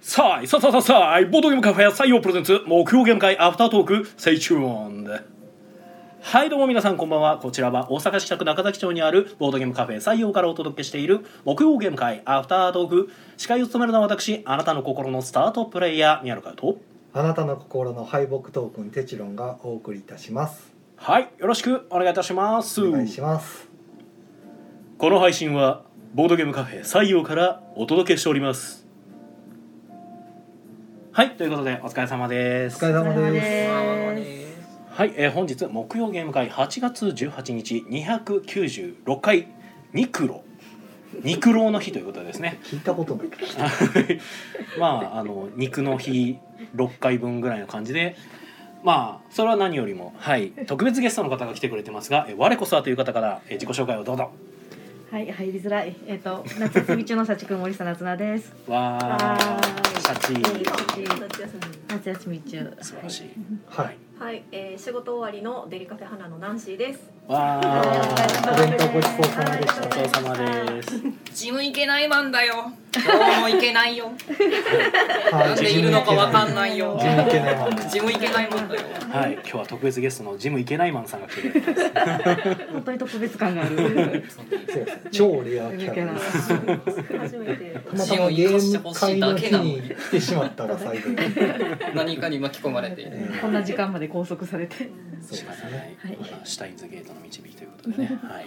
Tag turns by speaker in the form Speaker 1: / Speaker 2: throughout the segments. Speaker 1: さあ、さあさあさあさあ、ボードゲームカフェ採用プレゼンツ、木曜ゲーム会アフタートーク、セイチューンで。はい、どうも皆さんこんばんは。こちらは大阪市北区中崎町にあるボードゲームカフェ採用からお届けしている木曜ゲーム会アフタートーク。司会を務めるのは私、あなたの心のスタートプレイヤー、宮野和と。
Speaker 2: あなたの心の敗北トークンテチロンがお送りいたします。
Speaker 1: はい、よろしくお願いいたします。
Speaker 2: お願いします。
Speaker 1: この配信はボードゲームカフェ採用からお届けしておりますはいということでお疲れ様で
Speaker 2: お
Speaker 1: す
Speaker 2: 疲れ様
Speaker 3: お疲れ様
Speaker 2: で。
Speaker 3: です
Speaker 1: はい、えー本日木曜ゲーム会8月18日296回ニクロニクロの日ということでですね
Speaker 2: 聞いたことない。
Speaker 1: まああの肉の日6回分ぐらいの感じでまあそれは何よりもはい特別ゲストの方が来てくれてますが、えー我こそはという方から、えー自己紹介をどうぞ
Speaker 3: はい、入りづらい。えっ、と、夏休み中の幸くん森下夏菜です。
Speaker 1: わ
Speaker 3: わ
Speaker 1: ーシ
Speaker 3: ー
Speaker 1: ャチ
Speaker 4: 夏休
Speaker 3: 夏休み中。
Speaker 1: 素晴らしい
Speaker 2: はい。
Speaker 4: みはい、えー、仕事終わりのデリカフェ花のナンシーです。
Speaker 1: わ
Speaker 2: お
Speaker 1: あ、
Speaker 2: 弁当ごちそうさまでし
Speaker 1: お
Speaker 2: た。
Speaker 1: 疲れ様です。
Speaker 5: ジム行けないマンだよ。どうも行けないよ。
Speaker 2: は
Speaker 5: なんでいるのかわかん
Speaker 2: い。
Speaker 5: ないよ
Speaker 2: 自。分いけないわ。
Speaker 5: ジム行けないマンだよ。
Speaker 1: はい、今日は特別ゲストのジムイケナイマンさんが来てくれてます。
Speaker 3: 本当に特別感がある。
Speaker 2: そうですね超レアキャラです。
Speaker 4: 初めて。
Speaker 2: たまたまゲーム会の日に来てしまったが最後に。
Speaker 5: 何かに巻き込まれている。
Speaker 3: こんな時間まで拘束されて。
Speaker 2: そうで
Speaker 1: 仕
Speaker 2: す
Speaker 1: 方な
Speaker 2: ね。
Speaker 1: い、
Speaker 3: はい
Speaker 1: まあシュタインズゲートの導きということでね。はい。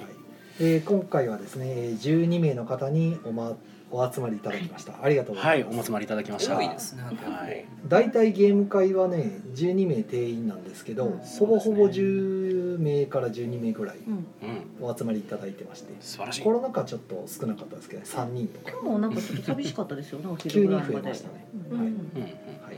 Speaker 2: えー今回はですね、えー12名の方におまお集まりいただきました。ありがとうござ
Speaker 1: はいい、
Speaker 2: ま
Speaker 1: お
Speaker 2: す。
Speaker 1: 集まりいただきました。
Speaker 5: 多いですね。
Speaker 1: はい。
Speaker 2: だいたいゲーム会はね12名定員なんですけど、
Speaker 3: うん
Speaker 2: ほぼほぼ10名から12名ぐらい
Speaker 3: うん。
Speaker 1: うん、
Speaker 2: お集まりいただいてまして
Speaker 1: 素晴らしい
Speaker 2: コ。ロナ禍ちょっと少なかったですけど3人とか
Speaker 3: 今日もなんかちょっと寂しかったですよね。お
Speaker 2: 急
Speaker 3: 昼
Speaker 2: に
Speaker 3: ぐらい
Speaker 2: 増え
Speaker 3: まで。
Speaker 2: ましたね、
Speaker 3: うん
Speaker 1: う
Speaker 3: うん
Speaker 1: ん、
Speaker 2: はい、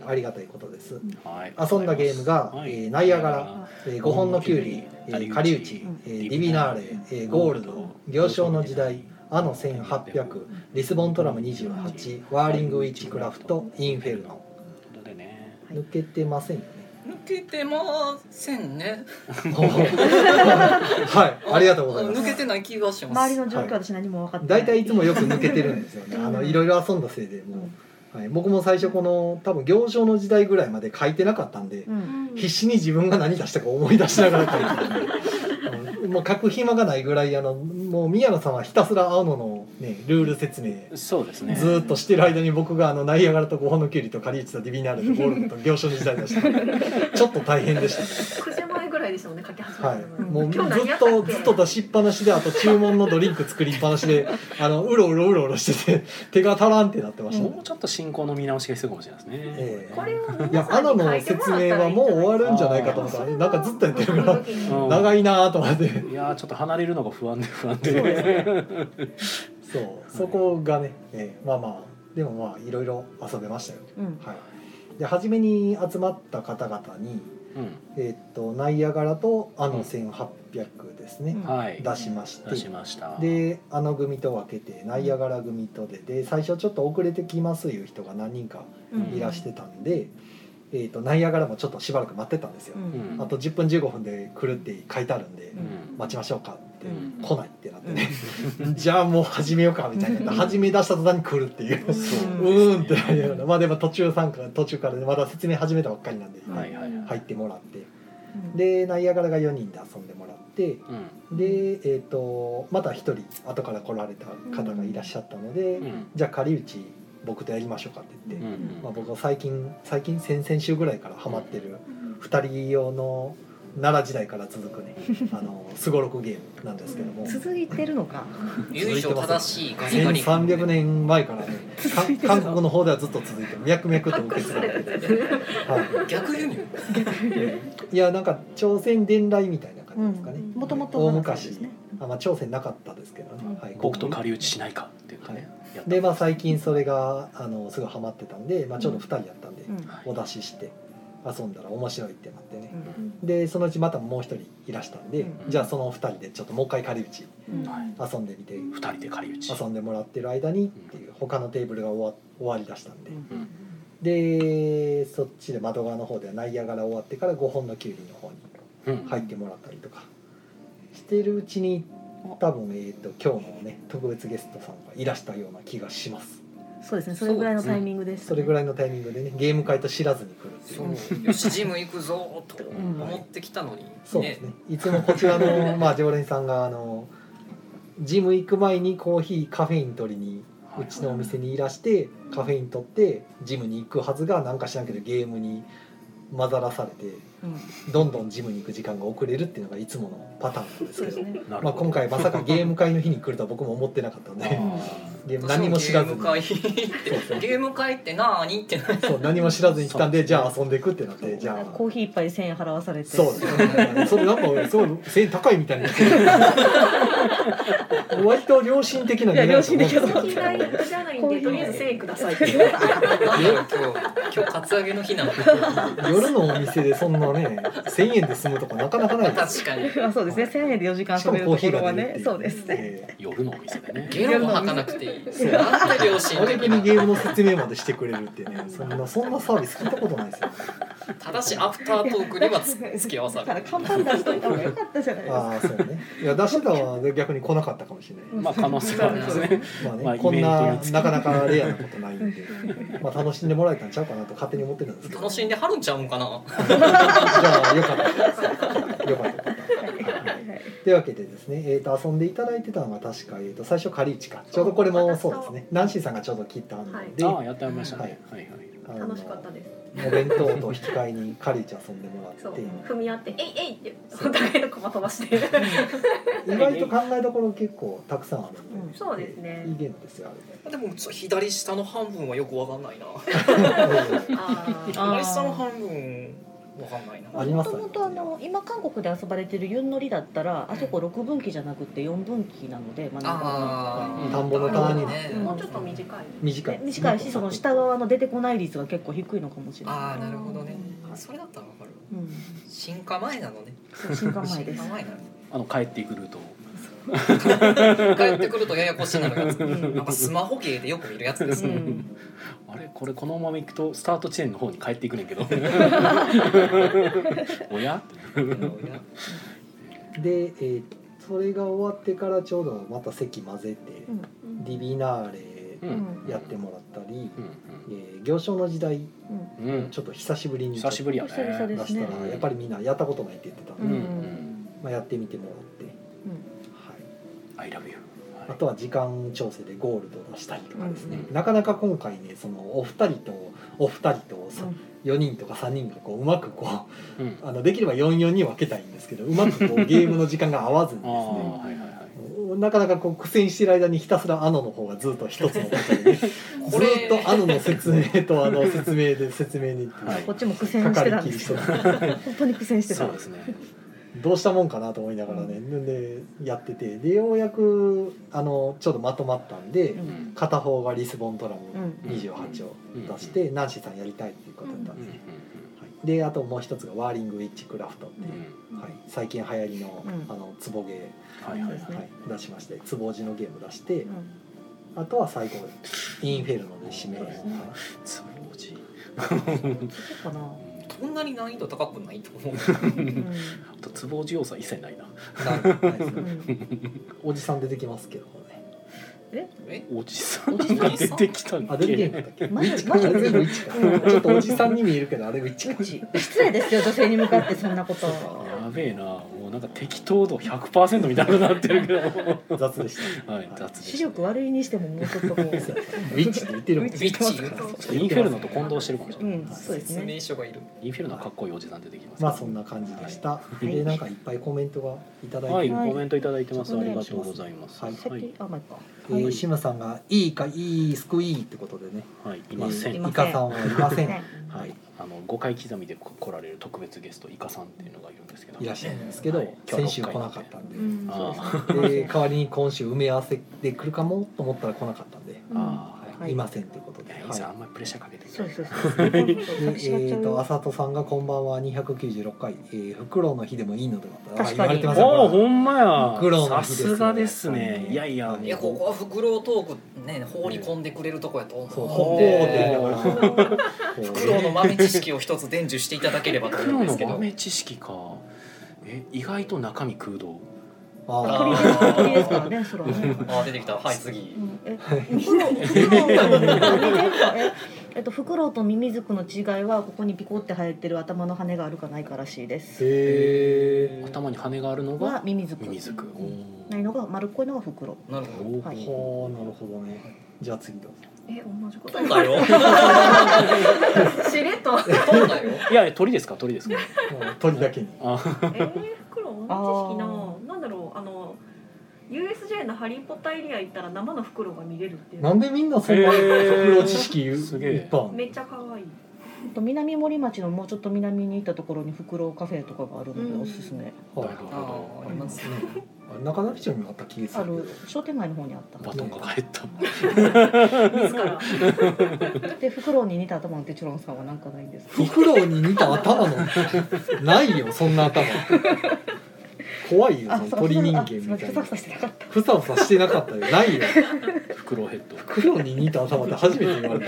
Speaker 2: ありがたいことです
Speaker 1: うん。はい。
Speaker 2: 遊んだゲームが、
Speaker 1: はい
Speaker 2: えーナイアガラ、えー、5本のキュウリ、
Speaker 1: う
Speaker 2: え
Speaker 1: ん
Speaker 2: ー、カリウチ
Speaker 3: うん、
Speaker 2: えーディビナーレ、えー、ゴールド行商の時代あの1800リスボントラム28ワーリングウィッチクラフトインフェルノ
Speaker 1: ということでね。
Speaker 3: はい
Speaker 2: 抜けてませんよね
Speaker 5: 抜けてませんね。
Speaker 2: はいありがとうございます
Speaker 5: 抜けてない気がしま
Speaker 3: 周り
Speaker 5: す。
Speaker 3: の状況私何も分かってない。
Speaker 2: 大体いつもよく抜けてるんですよねあのいろいろ遊んだせいでもう、はい、僕も最初この多分行商の時代ぐらいまで書いてなかったんで、
Speaker 3: うん。
Speaker 2: 必死に自分が何出したか思い出しながら書いてたんで うんもう書く暇がないぐらいあのもう宮野さんはひたすら青野の、ね、ルール説明
Speaker 1: そうですね。
Speaker 2: ずーっとしてる間に僕があのナイアガラと五本のキュウリとカリウチとディビナールとゴールドと行商の時代出したんでちょっと大変でしたね
Speaker 4: 九時前ぐらいでしたもんね、かけ始め
Speaker 2: は
Speaker 4: た
Speaker 2: い
Speaker 4: の、が。
Speaker 2: もうず
Speaker 4: 今日何や
Speaker 2: ったと
Speaker 4: け
Speaker 2: ずっと出しっぱなしであと注文のドリンク作りっぱなしであのうろうろうろうろしてて手が足らんってなってました
Speaker 1: も
Speaker 2: ね
Speaker 1: う、ちょっと進行の見直しが必要かもしれないですね。
Speaker 2: ええ
Speaker 4: これを皆さんに
Speaker 2: いやアナの説明はもう終わるんじゃないかと思ったらなんかずっとやってるから
Speaker 1: う
Speaker 4: ら
Speaker 1: ん
Speaker 2: 長いなーと思って
Speaker 1: いやーちょっと離れるのが不安で不安で。
Speaker 2: そうですそうそこがね、ええまあまあでもまあいろいろ遊べましたよ
Speaker 3: うん。
Speaker 2: はいで初めに集まった方々に
Speaker 1: うん。
Speaker 2: えっとナイアガラとあの1800ですね、
Speaker 3: うん
Speaker 1: はい。
Speaker 2: 出しまして
Speaker 1: 出しました。
Speaker 2: であの組と分けてナイアガラ組とでで最初ちょっと遅れてきますいう人が何人か
Speaker 3: うん
Speaker 2: いらしてたんで、えー、とナイアガラもちょっとしばらく待ってたんですよ、
Speaker 3: う
Speaker 1: うん
Speaker 3: ん。
Speaker 2: あと10分15分で来るって書いてあるんで、
Speaker 1: うん。
Speaker 2: 待ちましょうかって、
Speaker 1: うん
Speaker 2: 来ないってなってね、 じゃあもう始めようかみたいになって始め出した途端に来るっていう。う
Speaker 3: う
Speaker 2: ーんってなりながらまあでも途中参加途中からねまだ説明始めたばっかりなんで、
Speaker 3: うん
Speaker 1: はいはいはい。
Speaker 2: 入ってもらって
Speaker 3: ん。
Speaker 2: でナイアガラが4人で遊んでもらって、
Speaker 1: うん。
Speaker 2: で、えー、とまた一人後から来られた方がいらっしゃったので、
Speaker 1: うん。
Speaker 2: じゃあ仮打ち僕とやりましょうかって言っ
Speaker 1: う
Speaker 2: て、
Speaker 1: ん
Speaker 2: まあ、僕は最近最近先々週ぐらいからハマってる2人用の奈良時代から続くねあのすごろくゲームなんですけども
Speaker 3: 続いてるのか。
Speaker 5: 由緒正しいガリガリ。
Speaker 2: 1300年前からねか韓国の方ではずっと続いて脈々と受け継がれてて、は
Speaker 5: 逆輸入。
Speaker 2: い、いやなんか朝鮮伝来みたいな感じですかね、
Speaker 3: もともと。
Speaker 2: 大昔、あまあ、朝鮮なかったですけどね、はい、
Speaker 1: 僕と仮打ちしないかっていうね。やった
Speaker 2: でまあ最近それがあのすごいハマってたんで、まあ、ちょうど2人やったんで、
Speaker 3: うん。
Speaker 2: お出しして遊んだら面白いってなってね、
Speaker 3: うん
Speaker 2: でそのうちまたもう一人いらしたんで、
Speaker 3: うん
Speaker 2: じゃあその2人でちょっともう一回仮打ち
Speaker 3: うん。
Speaker 1: はい
Speaker 2: 遊んでみて
Speaker 1: 二人で仮打ち。
Speaker 2: 遊んでもらってる間にっていう他のテーブルが終わ終わりだしたんで、
Speaker 3: うん
Speaker 1: うん
Speaker 2: でそっちで窓側の方ではナイアガラ終わってから5本のキュウリの方に
Speaker 1: うん
Speaker 2: 入ってもらったりとかしてるうちに多分、えー、と今日のね特別ゲストさんがいらしたような気がします。
Speaker 3: そうですねそれぐらいのタイミングです、
Speaker 2: それぐ
Speaker 3: らい
Speaker 2: らいのタイミングでねゲーム会と知らずに来るっていう
Speaker 6: そうよしジム行くぞーと思ってきたのに、
Speaker 2: そうですねいつもこちらの、 まあ、常連さんがあのジム行く前にコーヒーカフェイン取りにうちのお店にいらしてカフェイン取ってジムに行くはずがなんか知らんけどゲームに混ざらされてどんどんジムに行く時間が遅れるっていうのがいつものパターンなんです
Speaker 3: そう
Speaker 2: け
Speaker 3: です
Speaker 2: ど、
Speaker 3: ね
Speaker 1: なる
Speaker 2: まあ、
Speaker 1: ほど
Speaker 2: 今回まさかゲーム会の日に来るとは僕も思ってなかったんでゲーム何も知らずに
Speaker 6: ゲーム会ってゲーム会ってなーにってな
Speaker 2: そう何も知らずに来たんでじゃあ遊んでいくってなってじゃあ
Speaker 3: コーヒー一杯千円払わされて
Speaker 2: そうですね。それなんかすごい1000円高いみたいな。割と良心的な値段だと思うんですけど
Speaker 3: いや良心的だと思
Speaker 4: 嫌いじゃないんでとりあえず1000円くださいって
Speaker 6: 何よ今日今日カツアゲの日なの
Speaker 2: 夜のお店でそんなね1000円で済むとこなかなかないです。
Speaker 6: 確かに
Speaker 3: あそうですね千円で四時間
Speaker 2: しかも
Speaker 3: 遊べる
Speaker 2: コー
Speaker 3: と
Speaker 2: ヒ
Speaker 3: こ
Speaker 2: ー
Speaker 3: ろ
Speaker 2: が
Speaker 3: は
Speaker 2: 出るって
Speaker 3: ね
Speaker 2: いう
Speaker 3: そうですね
Speaker 2: え
Speaker 1: 夜のお店でね
Speaker 6: ゲームを吐かなくていい
Speaker 2: そう
Speaker 6: なんて良
Speaker 2: え
Speaker 6: 心
Speaker 2: あれ
Speaker 6: 的
Speaker 2: に
Speaker 6: な
Speaker 2: ゲームの説明までしてくれるってねそんなそんなサービス聞いたことないですよ。
Speaker 6: ただしアフタートークにはつ付き合わさ
Speaker 3: だか
Speaker 6: れ
Speaker 3: ら
Speaker 6: る
Speaker 3: 看板出しといた方が良かったじゃないですか
Speaker 2: ああそうね。いや出してたは逆に来なかったかもしれない。
Speaker 1: まあ可能性はありますね
Speaker 2: まあね、
Speaker 1: まあ
Speaker 2: こん
Speaker 1: イベン
Speaker 2: な
Speaker 1: トにつき
Speaker 2: なかなかレアなことないんで、まあ楽しんでもらえたんちゃうかなと勝手に思ってるんですけど。
Speaker 6: 楽しんではるんちゃうんかな
Speaker 2: じゃあよかったです。よかったよかった。はいというわけでですね、えー、と遊んでいただいてたのが確か、えー、と最初カリーチかちょうどこれもそうですねナンシーさんがちょうど切ったので、
Speaker 1: ああやってありましたねはいはい
Speaker 2: あの
Speaker 4: 楽しかったです
Speaker 2: お弁当と引き換えにカリーチ遊んでもら
Speaker 4: そう
Speaker 2: って
Speaker 4: 踏み合って「えいえい!」ってお互いの駒飛ばして
Speaker 2: 意外と考えどころ結構たくさんあるんで、
Speaker 3: うん
Speaker 4: そうですね
Speaker 2: いいゲームですよあ
Speaker 6: でもそう左下の半分はよくわかんないな
Speaker 2: れ ね
Speaker 4: あー
Speaker 3: あー
Speaker 6: 左下の半分わかんないな
Speaker 2: あり
Speaker 3: も
Speaker 2: ますよ
Speaker 3: と
Speaker 2: ね
Speaker 3: もとあの今韓国で遊ばれてるユンノリだったらあそこ6分岐じゃなくて4分岐なので、まあなんか
Speaker 6: あー
Speaker 2: 田んぼの
Speaker 4: 棚に
Speaker 6: ね
Speaker 3: うん
Speaker 4: もうちょっと短い
Speaker 2: 短い
Speaker 3: ね短いしその下側の出てこない率が結構低いのかもしれない、
Speaker 6: ああなるほどねそれだったらわかる
Speaker 3: うん、
Speaker 6: 進化前なのね
Speaker 3: そう新刊前
Speaker 6: 進
Speaker 3: です
Speaker 6: 化前なの
Speaker 1: あの帰ってくると
Speaker 6: 帰ってくるとややこしいなのがなんかスマホゲーでよく見るやつです
Speaker 3: う
Speaker 6: ね
Speaker 3: ん、
Speaker 1: あれこれこのまま行くとスタート地点の方に帰っていくねんけ どおや
Speaker 2: で、えーそれが終わってからちょうどまた席混ぜて、
Speaker 3: うん
Speaker 2: ディビナー
Speaker 1: う
Speaker 2: レ
Speaker 1: んうん
Speaker 2: やってもらったり、
Speaker 1: う
Speaker 2: えー行商の時代
Speaker 1: んうん
Speaker 2: ちょっと久しぶりに
Speaker 1: 久しぶりやね
Speaker 3: 久々
Speaker 2: 出
Speaker 3: です
Speaker 2: した
Speaker 3: ね
Speaker 2: らやっぱりみんなやったことないって言ってたんで、
Speaker 3: うん
Speaker 2: まあ、やってみてもらって、は
Speaker 1: I love you
Speaker 2: い、あとは時間調整でゴールドを出したりとかですね、
Speaker 1: うん
Speaker 2: なかなか今回ねそのお二人とお二人とさ、4人とか3人がこううまくこう
Speaker 1: うんあ
Speaker 2: あのできれば44に分けたいんですけどうまくこうゲームの時間が合わずに
Speaker 1: あ
Speaker 2: ですね
Speaker 1: はいはいはい
Speaker 2: なかなかこう苦戦してる間にひたすらアノの方がずっと一つのこと で、ね、ず
Speaker 6: これ
Speaker 2: っとアノの説明とあの説明で説明にっていう
Speaker 1: はい
Speaker 3: こっちも苦戦してたんですよ
Speaker 2: かかりきりしてた
Speaker 3: 本当に苦戦してた
Speaker 1: そうですね
Speaker 2: どうしたもんかなと思いながらね、でやっててでようやくあのちょっとまとまったんで、
Speaker 3: う
Speaker 1: うんん
Speaker 2: 片方がリスボントラ
Speaker 3: う
Speaker 2: ム
Speaker 3: ん
Speaker 2: 28を出して、ナンシーさんやりたいっていうことだったん
Speaker 1: うん
Speaker 2: で
Speaker 1: うん
Speaker 2: す、はい、であともう一つがワーリングウィッチクラフトっていうう、
Speaker 1: ん
Speaker 2: はい、最近流行りの,、
Speaker 3: う
Speaker 2: あ
Speaker 3: ん
Speaker 2: のツボゲ
Speaker 1: はいはい
Speaker 3: そ
Speaker 2: ー、
Speaker 3: うですね
Speaker 2: はい、出しましてツボ字のゲーム出して、
Speaker 3: うん
Speaker 2: あとは最後インフェルノで締める、
Speaker 3: そうですね
Speaker 2: は
Speaker 1: つぼおじ
Speaker 3: かな、
Speaker 6: そんなに難易度高くないと思う
Speaker 3: うん
Speaker 1: あとつぼおじ要素は一切ないな
Speaker 2: な
Speaker 6: な
Speaker 2: いです
Speaker 3: う
Speaker 2: か
Speaker 3: ん、
Speaker 2: おじさん出てきますけどね
Speaker 6: え
Speaker 1: おじさん
Speaker 3: おじさ
Speaker 1: が
Speaker 3: ん
Speaker 1: 出てきたん
Speaker 2: あ
Speaker 1: け
Speaker 2: 出てきなかったっけ
Speaker 3: まず
Speaker 2: あ
Speaker 3: ま
Speaker 2: れ全部
Speaker 3: ず
Speaker 2: ウィッチかちょっとおじさんに見えるけどあれウィッチか
Speaker 3: 失礼ですよ女性に向かってそんなこと
Speaker 1: やべえなもうなんか適当度100%みたいになってるけど
Speaker 2: 雑でし た
Speaker 1: はい雑でした
Speaker 3: 視力悪いにしてももうちょっとこう
Speaker 2: ウィッチって言ってるもん
Speaker 3: ウィ
Speaker 6: ビッチ言うと
Speaker 1: インフェルノと混同してるかもしれ
Speaker 3: う
Speaker 1: ない、
Speaker 3: んそうです
Speaker 6: 説
Speaker 3: ね
Speaker 6: 明書がいる
Speaker 1: インフェルノはかっこいいおじさん出てきます
Speaker 2: まあそんな感じでした、
Speaker 1: い
Speaker 2: でなんかいっぱいコメントがいただいて、
Speaker 1: はい、
Speaker 3: はい
Speaker 1: コメントいただいてます。あ
Speaker 3: お願
Speaker 1: り
Speaker 3: い
Speaker 1: が
Speaker 3: し
Speaker 1: とうございます。
Speaker 2: は
Speaker 1: はいい、
Speaker 3: 先、あまあいいか
Speaker 2: えー、志村さんが「いいかいいすくい」ってことでね
Speaker 1: はい、いませ
Speaker 2: え
Speaker 1: ん。
Speaker 2: ー
Speaker 1: は
Speaker 2: イカさんはいません
Speaker 3: はい
Speaker 1: い、あの五回刻みで来られる特別ゲストイカさんっていうのがいるんですけど。
Speaker 2: いらっしゃるんですけど、
Speaker 1: はい
Speaker 2: 先週来なかったんで、
Speaker 4: うん
Speaker 1: ああ、
Speaker 2: で代わりに今週埋め合わせで来るかもと思ったら来なかったんで、
Speaker 1: あ
Speaker 2: はい
Speaker 1: あ、
Speaker 3: はい
Speaker 2: い、ませんということで、
Speaker 1: い
Speaker 2: は
Speaker 1: や
Speaker 2: い
Speaker 1: いいですよあんまりプレッシャーかけて。
Speaker 3: そうですすそうです
Speaker 2: で
Speaker 3: 寂しがっ
Speaker 2: え
Speaker 3: ちゃ
Speaker 2: ー、
Speaker 3: う
Speaker 2: とあ
Speaker 3: よ
Speaker 2: さとさんが「こんばんは296回、えー、フクロウの日でもいいのでは」あ言
Speaker 3: 確か
Speaker 2: わ
Speaker 3: に
Speaker 2: れて
Speaker 1: お
Speaker 2: ま
Speaker 3: あ
Speaker 2: すよ
Speaker 1: お、ほんま
Speaker 2: 苦労
Speaker 1: や。さ
Speaker 2: の日ですよ
Speaker 1: すがですね。
Speaker 2: はい
Speaker 1: いやいや、
Speaker 2: はい
Speaker 6: いやここはフクロウトークね放り込んでくれるとこやと思う
Speaker 2: そう
Speaker 1: ほ
Speaker 2: ほ
Speaker 1: っ
Speaker 2: っ
Speaker 1: ぺ
Speaker 2: ぺ
Speaker 1: ー
Speaker 2: ー
Speaker 1: っ
Speaker 2: ってて
Speaker 1: 言い
Speaker 2: 言
Speaker 1: ながら
Speaker 2: いながら
Speaker 6: フクロウの豆知識を一つ伝授していただければと思う
Speaker 1: 黒
Speaker 6: んです
Speaker 1: の
Speaker 6: けど
Speaker 1: 豆知識か。え、意外と中身空洞。
Speaker 2: あ
Speaker 3: 鳥です鳥ですからねそれはね。
Speaker 6: あ出てきたはい次
Speaker 3: うんえフクロウフクロウええっとフクロウとミミズクの違いはここにピコって生えてる頭の羽があるかないからしいです。
Speaker 2: へえ
Speaker 1: 頭に羽があるの
Speaker 3: は
Speaker 1: が
Speaker 3: ミミズク。
Speaker 1: ミミズクお
Speaker 3: ないのが丸っこいのがフクロウ。
Speaker 6: なるほど
Speaker 1: ー
Speaker 3: は
Speaker 2: はあ
Speaker 3: い
Speaker 2: なるほどねじゃあ次どうぞ
Speaker 4: え同じこと
Speaker 6: 飛んだよ
Speaker 4: しれっと
Speaker 6: 飛んだよ
Speaker 1: いや鳥ですか鳥ですか
Speaker 2: もう鳥だけに
Speaker 1: あ
Speaker 4: えー、袋同じ知識のなんだろうあの USJ のハリー・ポッターエリア行ったら生の袋が見れるっていう
Speaker 2: なんでみんなそんな袋知識いっ
Speaker 1: へーすげえ
Speaker 2: ぱいあんの
Speaker 4: めっちゃ可愛い
Speaker 3: あと南森町のもうちょっと南に行ったところにフクロウカフェとかがあるの
Speaker 4: う
Speaker 3: で
Speaker 4: ん
Speaker 3: おすすめ。
Speaker 2: はい
Speaker 1: なるほ
Speaker 6: あーありますね
Speaker 2: あれ中崎町にもあった気がす
Speaker 3: あ
Speaker 2: るけど
Speaker 3: る商店街の方にあった。
Speaker 1: バトンが返った
Speaker 4: 自ら
Speaker 3: でフクロウに似た頭のテチロンさんはなんかないんですか。
Speaker 2: フクロウに似た頭のないよそんな頭怖いよその鳥人間みたいな
Speaker 3: ふさふさしてなかった。
Speaker 2: ふさふさしてなかったよないよ
Speaker 1: フクロウヘッド
Speaker 2: フクロウに似た頭って初めて言われた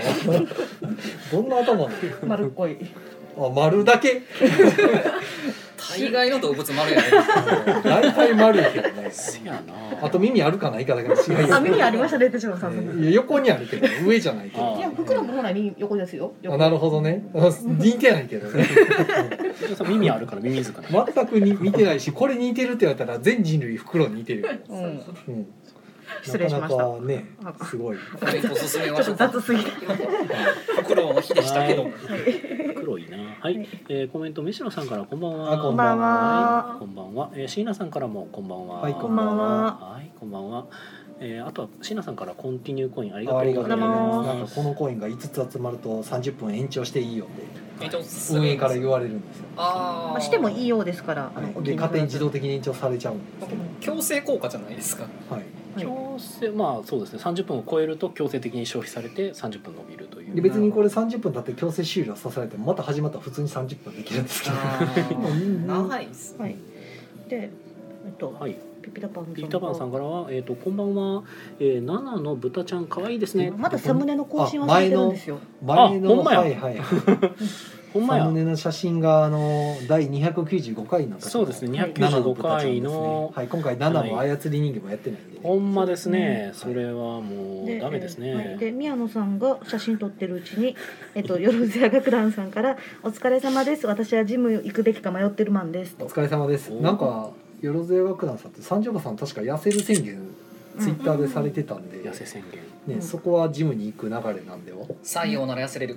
Speaker 2: どんな頭な
Speaker 3: 丸っこい。
Speaker 2: のあ丸だけ
Speaker 6: 大概の動物丸やね
Speaker 2: 大体丸やけどね
Speaker 1: せやな
Speaker 2: あと耳あるかないかだけの違い
Speaker 3: あ
Speaker 2: よ、
Speaker 3: 耳ありましたねテチロンさんの。
Speaker 2: ね、横にあるけど上じゃないけど
Speaker 1: あ
Speaker 3: いやフクロウもほらに横ですよ。横
Speaker 2: あなるほどね 似てないけどね
Speaker 1: 耳あるからミミズクな
Speaker 2: 全くに似てないしこれ似てるって言われたら全人類袋に似てるよ、
Speaker 3: うん。
Speaker 2: うん、
Speaker 3: 失礼しま
Speaker 2: な
Speaker 3: した
Speaker 2: かなかねすごい
Speaker 6: おすすめ
Speaker 3: ちょ
Speaker 6: は
Speaker 3: っと 雑すぎた。
Speaker 6: 袋の日でしたけど
Speaker 1: 黒いな。はい、
Speaker 3: はい
Speaker 1: えーコメント飯野さんからこんばんは。
Speaker 2: あこ
Speaker 3: こんばんは。
Speaker 1: こんばんは。えー、椎名さんからもこんばんは。
Speaker 2: はいこ
Speaker 3: んばんは
Speaker 1: はい、こんばんは。えー、あとは椎名さんからコンティニューコインありがと
Speaker 2: あり
Speaker 1: う
Speaker 2: が
Speaker 1: ご
Speaker 2: とうご
Speaker 1: ざ
Speaker 2: ざ
Speaker 1: い
Speaker 2: い
Speaker 1: ま。
Speaker 2: ますすなんかこのコインが5つ集まると30分延長していいよって
Speaker 6: えっとす
Speaker 2: 運営から言われるんですよ、
Speaker 6: あ
Speaker 3: ま
Speaker 6: あ
Speaker 3: あしてもいいようですから。あの
Speaker 2: はい、で勝手に自動的に延長されちゃうんですけど
Speaker 6: 強制効果じゃないですか
Speaker 2: はい
Speaker 3: はい
Speaker 1: 強制まあそうですね。三十分を超えると強制的に消費されて三十分伸びるとい
Speaker 2: で
Speaker 1: う。
Speaker 2: 別にこれ30分経って強制終了させられてもまた始まったら普通に30分できるんですけど
Speaker 6: ー長いっす
Speaker 3: はい。で、えっと、
Speaker 1: はい。
Speaker 3: ピピタパンさん。
Speaker 1: ピーターパンさんからはえっ、とこんばんは。えー、ナナの豚ちゃん可愛いですね。
Speaker 3: まだサムネの更新はされてるんですよ。
Speaker 2: 前の
Speaker 1: あほんまや
Speaker 2: はいはい
Speaker 1: ほんま
Speaker 2: サ
Speaker 1: や
Speaker 2: ム。ネの写真があの第295回の時の
Speaker 1: そうですね。二
Speaker 3: は
Speaker 1: 百
Speaker 3: い
Speaker 1: 九十五回
Speaker 2: 七豚ちゃんです
Speaker 1: の
Speaker 2: ね。はい、今回7も操り人形もやってないんで、ね
Speaker 1: ほんまですね。
Speaker 2: そ
Speaker 1: そう
Speaker 2: ですね
Speaker 1: れはもうダメです
Speaker 3: えーは
Speaker 1: ね
Speaker 3: い。で、宮野さんが写真撮ってるうちに、え っと、よろずや楽団さんから、お疲れ様です。私はジム行くべきか迷ってるマンです。
Speaker 2: お
Speaker 3: と。
Speaker 2: 疲れ様です
Speaker 1: お
Speaker 2: なんかよろずや楽団さんって三条馬さん確か痩せる宣言ツイッターでされてたんで、
Speaker 1: 痩せ宣言。
Speaker 2: ね、そこはジムに行く流れなんでは
Speaker 6: 採用なら痩せれる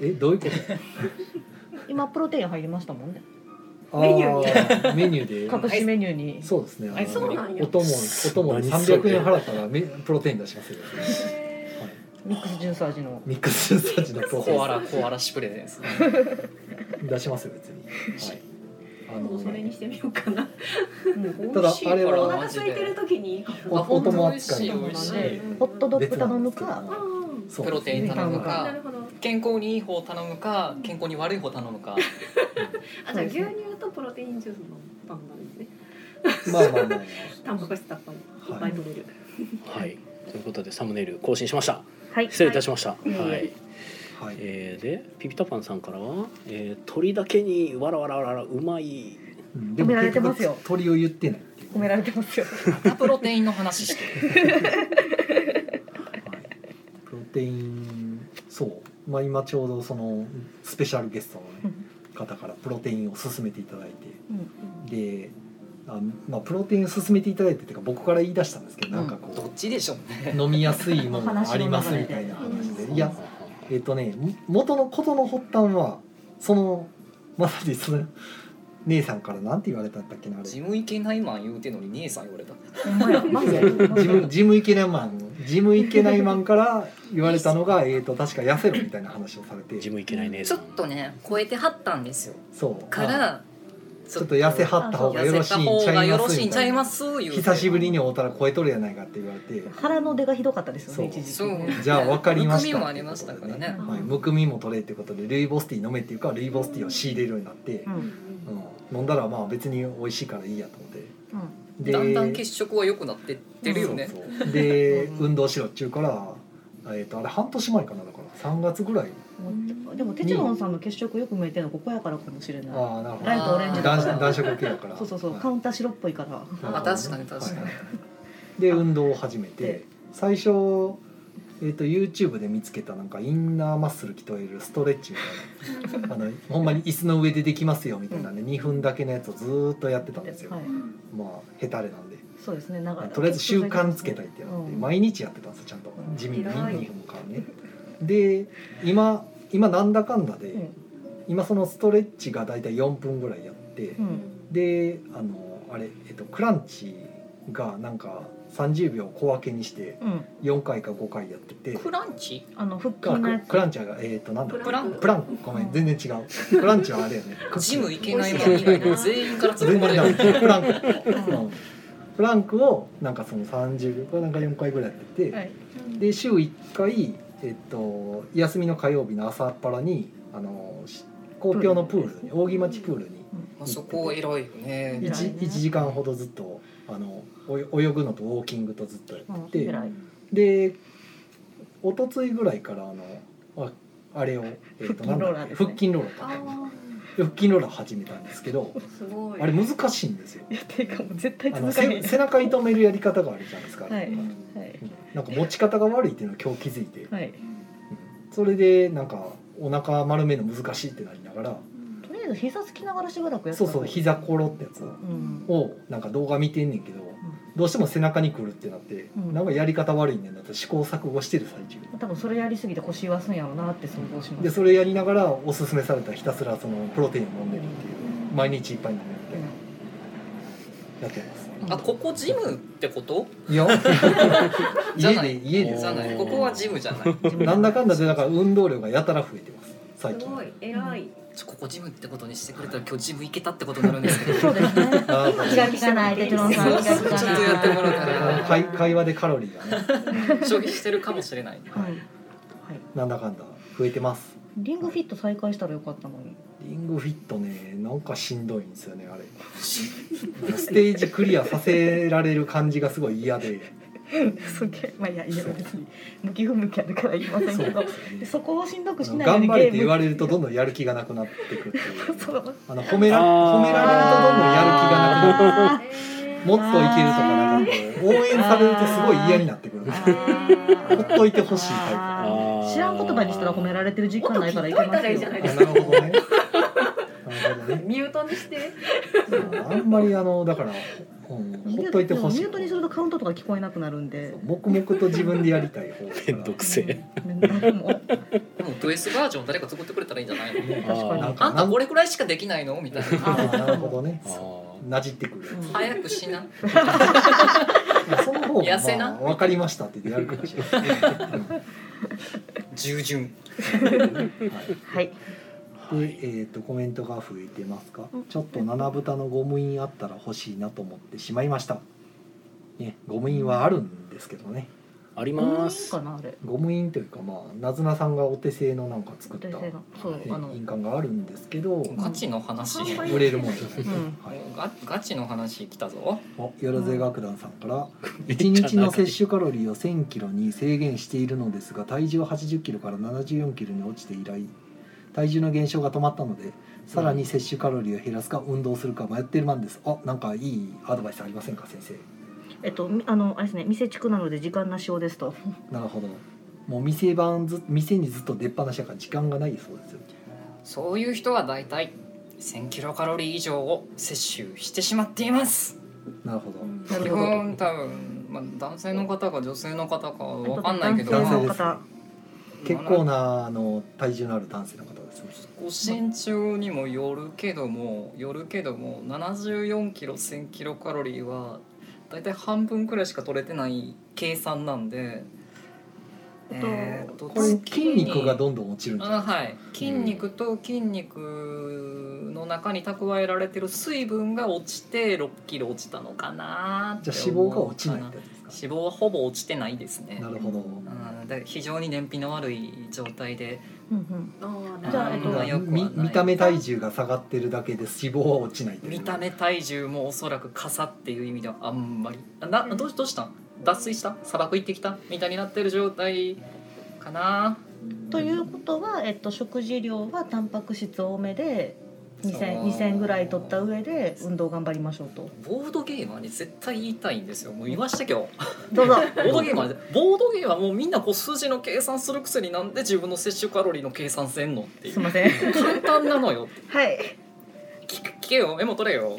Speaker 2: えどういうこ
Speaker 3: 今プロテイン入りましたもんね。
Speaker 2: と
Speaker 4: メニュ
Speaker 2: ーにメニュー
Speaker 3: 隠
Speaker 2: で
Speaker 3: しメニューに。
Speaker 2: そうですねあ
Speaker 6: えそう
Speaker 4: なんや
Speaker 2: お供にお供に
Speaker 1: 何それ
Speaker 2: 300円払ったらめプロテイン出しますよ、
Speaker 4: へ
Speaker 2: はい、
Speaker 3: ミックスジュース味の。
Speaker 2: ミックスジュース味のプロテイ
Speaker 6: コアラコアラシュプレーですね
Speaker 2: ン出しますよ別に、はい、あ
Speaker 4: 今度それに
Speaker 2: の
Speaker 4: してみようかな
Speaker 3: うん
Speaker 2: ただあれ
Speaker 4: お
Speaker 2: は
Speaker 4: 腹空いてる時に
Speaker 2: おお供扱い
Speaker 6: 美味しい
Speaker 3: ホットドッグ頼むか。
Speaker 4: うん
Speaker 2: そう
Speaker 6: プロテイン頼む
Speaker 4: な
Speaker 6: か
Speaker 4: るほど
Speaker 6: 健康にいい方頼むか健康に悪い方頼むか
Speaker 4: あじゃあ牛乳とプロテインジュースのパンなんですね
Speaker 2: まあまあまあま
Speaker 4: タンパク質たっぷりいっぱい取れる
Speaker 1: はい。ということでサムネイル更新しました。
Speaker 3: はい。
Speaker 1: 失礼いたしました。はい
Speaker 3: えいえ
Speaker 1: い。
Speaker 2: あはい
Speaker 1: えーでピピタパンさんからは、えー鳥だけにわらわらわらわらうまい。
Speaker 2: うんでも
Speaker 3: 褒められてますよ
Speaker 2: 結局鳥を言ってないっていう
Speaker 3: 褒められてますよ。
Speaker 6: またプロテインの話してる
Speaker 2: はいプロテインそう、まあ、今ちょうどそのスペシャルゲストの、ね、方からプロテインを勧めていただい
Speaker 3: うん
Speaker 2: てであ、まあ、プロテインを勧めていただいてっていうか僕から言い出したんですけどなんか
Speaker 6: どっ
Speaker 2: こ
Speaker 6: ちでしょう
Speaker 2: う、
Speaker 6: ね
Speaker 2: 飲みやすいものがありますみたいな話でいやえっ、とねも元のことの発端はそのまさにその姉さんからなんて言われたんだっけなあれ
Speaker 6: ジム行けないマン言うてんのに姉さん言われた
Speaker 3: ほんまや。マジで。
Speaker 2: ジムジムイケナイマンジムイケナイマンから言われたのがえーと確か痩せろみたいな話をされて
Speaker 1: 自分いけないね。
Speaker 7: ちょっとね超えてはったんですよ
Speaker 2: そう
Speaker 7: から
Speaker 2: ちょっと痩せはった方がよろしいんちゃいま
Speaker 7: 痩
Speaker 2: す
Speaker 7: せた方がよろしいん
Speaker 2: み
Speaker 7: ちゃ
Speaker 2: たい
Speaker 7: いま
Speaker 2: な
Speaker 7: す言うて
Speaker 2: 久しぶりに会うたら超えとるやないかって言われて
Speaker 3: 腹の出がひどかったですよ
Speaker 2: そう
Speaker 3: ね。一時期
Speaker 7: そう
Speaker 3: ね
Speaker 2: じゃあ分かりました
Speaker 7: むくみもありましたからね
Speaker 2: はい、むくみも取れってことでルイボスティー飲めっていうからルイボスティーを仕入れるようになって
Speaker 3: う、ん。
Speaker 2: うん、飲んだらまあ別に美味しいからいいやと思って
Speaker 3: うん。
Speaker 2: で
Speaker 6: だんだん血色は良くなってってるよね
Speaker 2: そうそうで
Speaker 7: うん
Speaker 2: 運動しろっちゅうから、えー、とあれ半年前かなだから3月ぐらい
Speaker 3: 思ってでもテチロンさんの血色よく見えてるのここやからかもしれない
Speaker 2: ああなるほど
Speaker 3: ライトオレンジだ
Speaker 2: 男
Speaker 3: か
Speaker 2: 子
Speaker 3: ら
Speaker 2: 男色系やから
Speaker 3: そうそうそう
Speaker 2: はい
Speaker 3: カウンター白っぽいから
Speaker 7: あ確かに確かに、
Speaker 2: はいで運動を始めて
Speaker 3: で
Speaker 2: 最初、えー、と YouTube で見つけたなんかインナーマッスル鍛えるストレッチみたいなあのほんまに椅子の上でできますよみたいなんで2分だけのやつをずーっとやってたんですよ、
Speaker 3: はい
Speaker 2: まあヘタレなんで
Speaker 3: そうですねなんか
Speaker 2: とりあえず習慣つけたいってなって、
Speaker 3: うん
Speaker 2: 毎日やってたんですよちゃんと
Speaker 3: うん
Speaker 2: 地味に
Speaker 4: 偉い
Speaker 2: 2分間ねで今今なんだかんだで、
Speaker 3: うん
Speaker 2: 今そのストレッチが大体4分ぐらいやって、
Speaker 3: うん
Speaker 2: であのあれ、えっと、クランチがなんか30秒小分けにして
Speaker 3: うん
Speaker 2: 4回か5回やってて
Speaker 7: クランチ
Speaker 3: あの腹筋のや
Speaker 2: あ
Speaker 3: つ
Speaker 2: クランチャーがえっ、となんだ
Speaker 4: プラン
Speaker 2: プランクごめん全然違うクランチはあれやね
Speaker 6: ジム行け
Speaker 2: ない
Speaker 6: ないもん以外の全員から突っ込
Speaker 2: 全
Speaker 6: まれ
Speaker 2: 然違う
Speaker 6: る
Speaker 2: プランク、うんプランクをなんかその30秒かなんか4回ぐらいやってて、
Speaker 3: はい
Speaker 2: で週1回、えっと、休みの火曜日の朝っぱらにあのし公共のプールに扇町プールに
Speaker 6: まあそこ偉いよね
Speaker 3: 偉い
Speaker 2: 一
Speaker 3: ね
Speaker 2: 一時間ほどずっとあのおよ泳ぐのとウォーキングとずっとやってて、
Speaker 3: 偉い
Speaker 2: で一昨日ぐらいからあのああれを、えっと
Speaker 3: 腹筋ローラー
Speaker 2: なんだっけ
Speaker 3: ですね
Speaker 2: 腹筋ローラー
Speaker 4: あ
Speaker 2: か
Speaker 4: あ
Speaker 2: 腹筋ローラー始めたんですけど
Speaker 4: ーすごい
Speaker 2: あれ難しいん ですよ
Speaker 3: いやていうかもう絶対
Speaker 2: あの
Speaker 3: 続かない
Speaker 2: せ背中痛めるやり方があるじゃないですか、
Speaker 3: はい
Speaker 2: うん
Speaker 3: はい
Speaker 2: なんか持ち方が悪いっていうのを今日気づいて、
Speaker 3: はい
Speaker 2: それでなんかお腹丸めるの難しいってなりながら
Speaker 3: とりあえず膝つきながらしばらくやっ
Speaker 2: そ
Speaker 3: た
Speaker 2: う
Speaker 3: 方が
Speaker 2: そう膝ころってやつを
Speaker 3: うん
Speaker 2: をなんか動画見てんねんけど、どうしても背中にくるってなって、
Speaker 3: うん
Speaker 2: なんかやり方悪いねんなって試行錯誤してる最中
Speaker 3: 多分それやりすぎて腰言わすんやろうなって想像します
Speaker 2: でそれやりながらおすすめされたひたすらそのプロテインを飲んでるっていう毎日いっぱい飲んでるみたいなやってます
Speaker 6: あここジムってこと
Speaker 2: いや
Speaker 6: じゃ
Speaker 2: 家
Speaker 6: な
Speaker 2: で
Speaker 6: い
Speaker 2: 家で
Speaker 6: じゃないここはジムじゃない
Speaker 2: なんだかんだでだから運動量がやたら増えてます最
Speaker 4: す
Speaker 2: 近
Speaker 4: ごい偉い
Speaker 6: ちょここジムってことにしてくれたら今日ジム行けたってことになるんですけど
Speaker 3: そうですね
Speaker 2: あー
Speaker 3: 気が利かないテチロンさん気が利か
Speaker 6: ちょ
Speaker 3: な
Speaker 6: っ
Speaker 3: い
Speaker 6: とやってもらうか
Speaker 2: あの
Speaker 6: ら
Speaker 2: 会会話でカロリーがね
Speaker 6: 消費してるかもしれない
Speaker 3: はい、はい、
Speaker 2: なんだかんだ増えてます
Speaker 3: リングフィット再開したらよかったのに
Speaker 2: リングフィットねなんかしんどいんですよねあれステージクリアさせられる感じがすごい嫌で。
Speaker 3: すげえまあいやいや別に向き不向きあるから言いません
Speaker 2: そうな
Speaker 3: け
Speaker 2: ん
Speaker 3: ど
Speaker 2: ですよ
Speaker 3: で
Speaker 2: ね
Speaker 3: そこをしんどくしないよう
Speaker 2: 頑
Speaker 3: に
Speaker 2: 張れって言わ
Speaker 3: れ
Speaker 2: れるとどんどんやる気がなくなってくっていう
Speaker 3: そう
Speaker 2: あの褒めら褒められるとどんどんやる気がなくなる
Speaker 3: あ
Speaker 2: もっといけるとかなんかこう応援されるとすごい嫌になってくるほっ
Speaker 3: ー
Speaker 2: といてほしいタ
Speaker 1: あ
Speaker 3: あー
Speaker 1: ー
Speaker 3: 知らん言葉にしたら褒められてる実感ないからいけ
Speaker 4: もっ
Speaker 3: ます
Speaker 4: と聞いといたらいい
Speaker 3: よ
Speaker 4: じゃ
Speaker 2: イプ
Speaker 4: ないです
Speaker 2: あな
Speaker 4: か
Speaker 2: るほどねなるほどね
Speaker 4: ミュートにして
Speaker 2: そうあんまりあのだから、うん、ほっといてほしい
Speaker 3: ミュートにするとカウントとか聞こえなくなるんで
Speaker 2: 黙々と自分でやりたい方
Speaker 1: めんどくせえ
Speaker 3: うん誰も
Speaker 6: でもド S バージョン誰か作ってくれたらいいんじゃないの
Speaker 3: 確かに
Speaker 1: あ
Speaker 2: な
Speaker 1: ー
Speaker 2: んか
Speaker 6: あん
Speaker 2: な
Speaker 6: た
Speaker 2: ん
Speaker 6: これくらいしかできないのみたいな
Speaker 2: あーなるほどね
Speaker 1: あー
Speaker 2: なじってくる
Speaker 3: うん
Speaker 6: 早くしな
Speaker 2: まあその方が、
Speaker 6: 痩せな
Speaker 2: まあ、分かりましたって言ってやるかもしれない、うん
Speaker 6: 従順
Speaker 3: はい
Speaker 2: で、えー、とコメントが増えてますか、ちょっと七豚のゴム印あったら欲しいなと思ってしまいました、ね、ゴム印はあるんですけどね
Speaker 1: あり
Speaker 3: ゴ
Speaker 1: ま
Speaker 3: ム印
Speaker 1: す
Speaker 3: かなあれ
Speaker 2: ゴム印というかまあなずなさんがお手製のなんか作った、
Speaker 3: お手製
Speaker 2: ね
Speaker 3: のそうあの
Speaker 2: 印鑑があるんですけど
Speaker 6: ガチの話
Speaker 4: 販売
Speaker 2: 売れるもんじゃない、
Speaker 3: うん
Speaker 2: はい、
Speaker 6: ガガチの話来たぞ
Speaker 2: およろぜ楽団さんから
Speaker 1: めっちゃ
Speaker 2: 1
Speaker 1: 長い
Speaker 2: 日の摂取カロリーを1 0 0 0キロに制限しているのですが体重は8 0キロから7 4キロに落ちて以来体重の減少が止まったのでさらに摂取カロリーを減らすか運動するか迷ってるまんですあなんかいいアドバイスありませんか先生
Speaker 3: えっとみあのあれですね店地区なので時間なし用ですと
Speaker 2: なるほどもう店番ず店にずっと出っ放しだから時間がないそうですよ
Speaker 6: そういう人は大体1000キロカロリー以上を摂取してしまっています
Speaker 2: なるほど
Speaker 3: な
Speaker 6: 基
Speaker 3: るほど
Speaker 6: 本多分、まあ、男性の方か女性の方かわかんないけど
Speaker 2: 男性
Speaker 6: ま
Speaker 2: で
Speaker 6: あ
Speaker 2: す結構なあの体重のある男性の方ですね
Speaker 6: ご身長にもよるけどもよるけども74キロ1000キロカロリーは大体半分くらいしか取れてない計算なんで、えーと
Speaker 2: これ筋肉がどんどん落ちるんじゃない
Speaker 6: あはい筋肉と筋肉の中に蓄えられてる水分が落ちて6キロ落ちたのかなって
Speaker 2: じゃあ脂
Speaker 6: 思う
Speaker 2: 肪が落ちないって
Speaker 6: か
Speaker 2: やつです
Speaker 6: 脂肪はほぼ落ちてないですね
Speaker 2: かなるほど、
Speaker 6: うんだから非常に燃費の悪い状態で
Speaker 3: うんうん
Speaker 4: あー
Speaker 3: じゃあえっと
Speaker 6: まよくはな
Speaker 2: み
Speaker 6: い
Speaker 2: 見た目体重が下がってるだけで脂肪は落ちないという
Speaker 6: 見た目体重もおそらくかさっていう意味ではあんまりあなどうしどうしたん脱水した砂漠行ってきたみたいになってる状態かな
Speaker 3: ということは、えっと、食事量はタンパク質多めで
Speaker 6: そ
Speaker 3: 2000,
Speaker 6: う
Speaker 3: 2000ぐらい取った上で運動頑張りましょうと
Speaker 6: ボードゲーマーに絶対言いたいんですよもう言いましたけど
Speaker 3: どうぞ
Speaker 6: ボードゲーマーでボードゲーマーもうみんなこう数字の計算するくせになんで自分の摂取カロリーの計算せんのっていう
Speaker 3: すいません
Speaker 6: 簡単なのよ
Speaker 3: はい
Speaker 6: 聞く聞けよメモ取れよ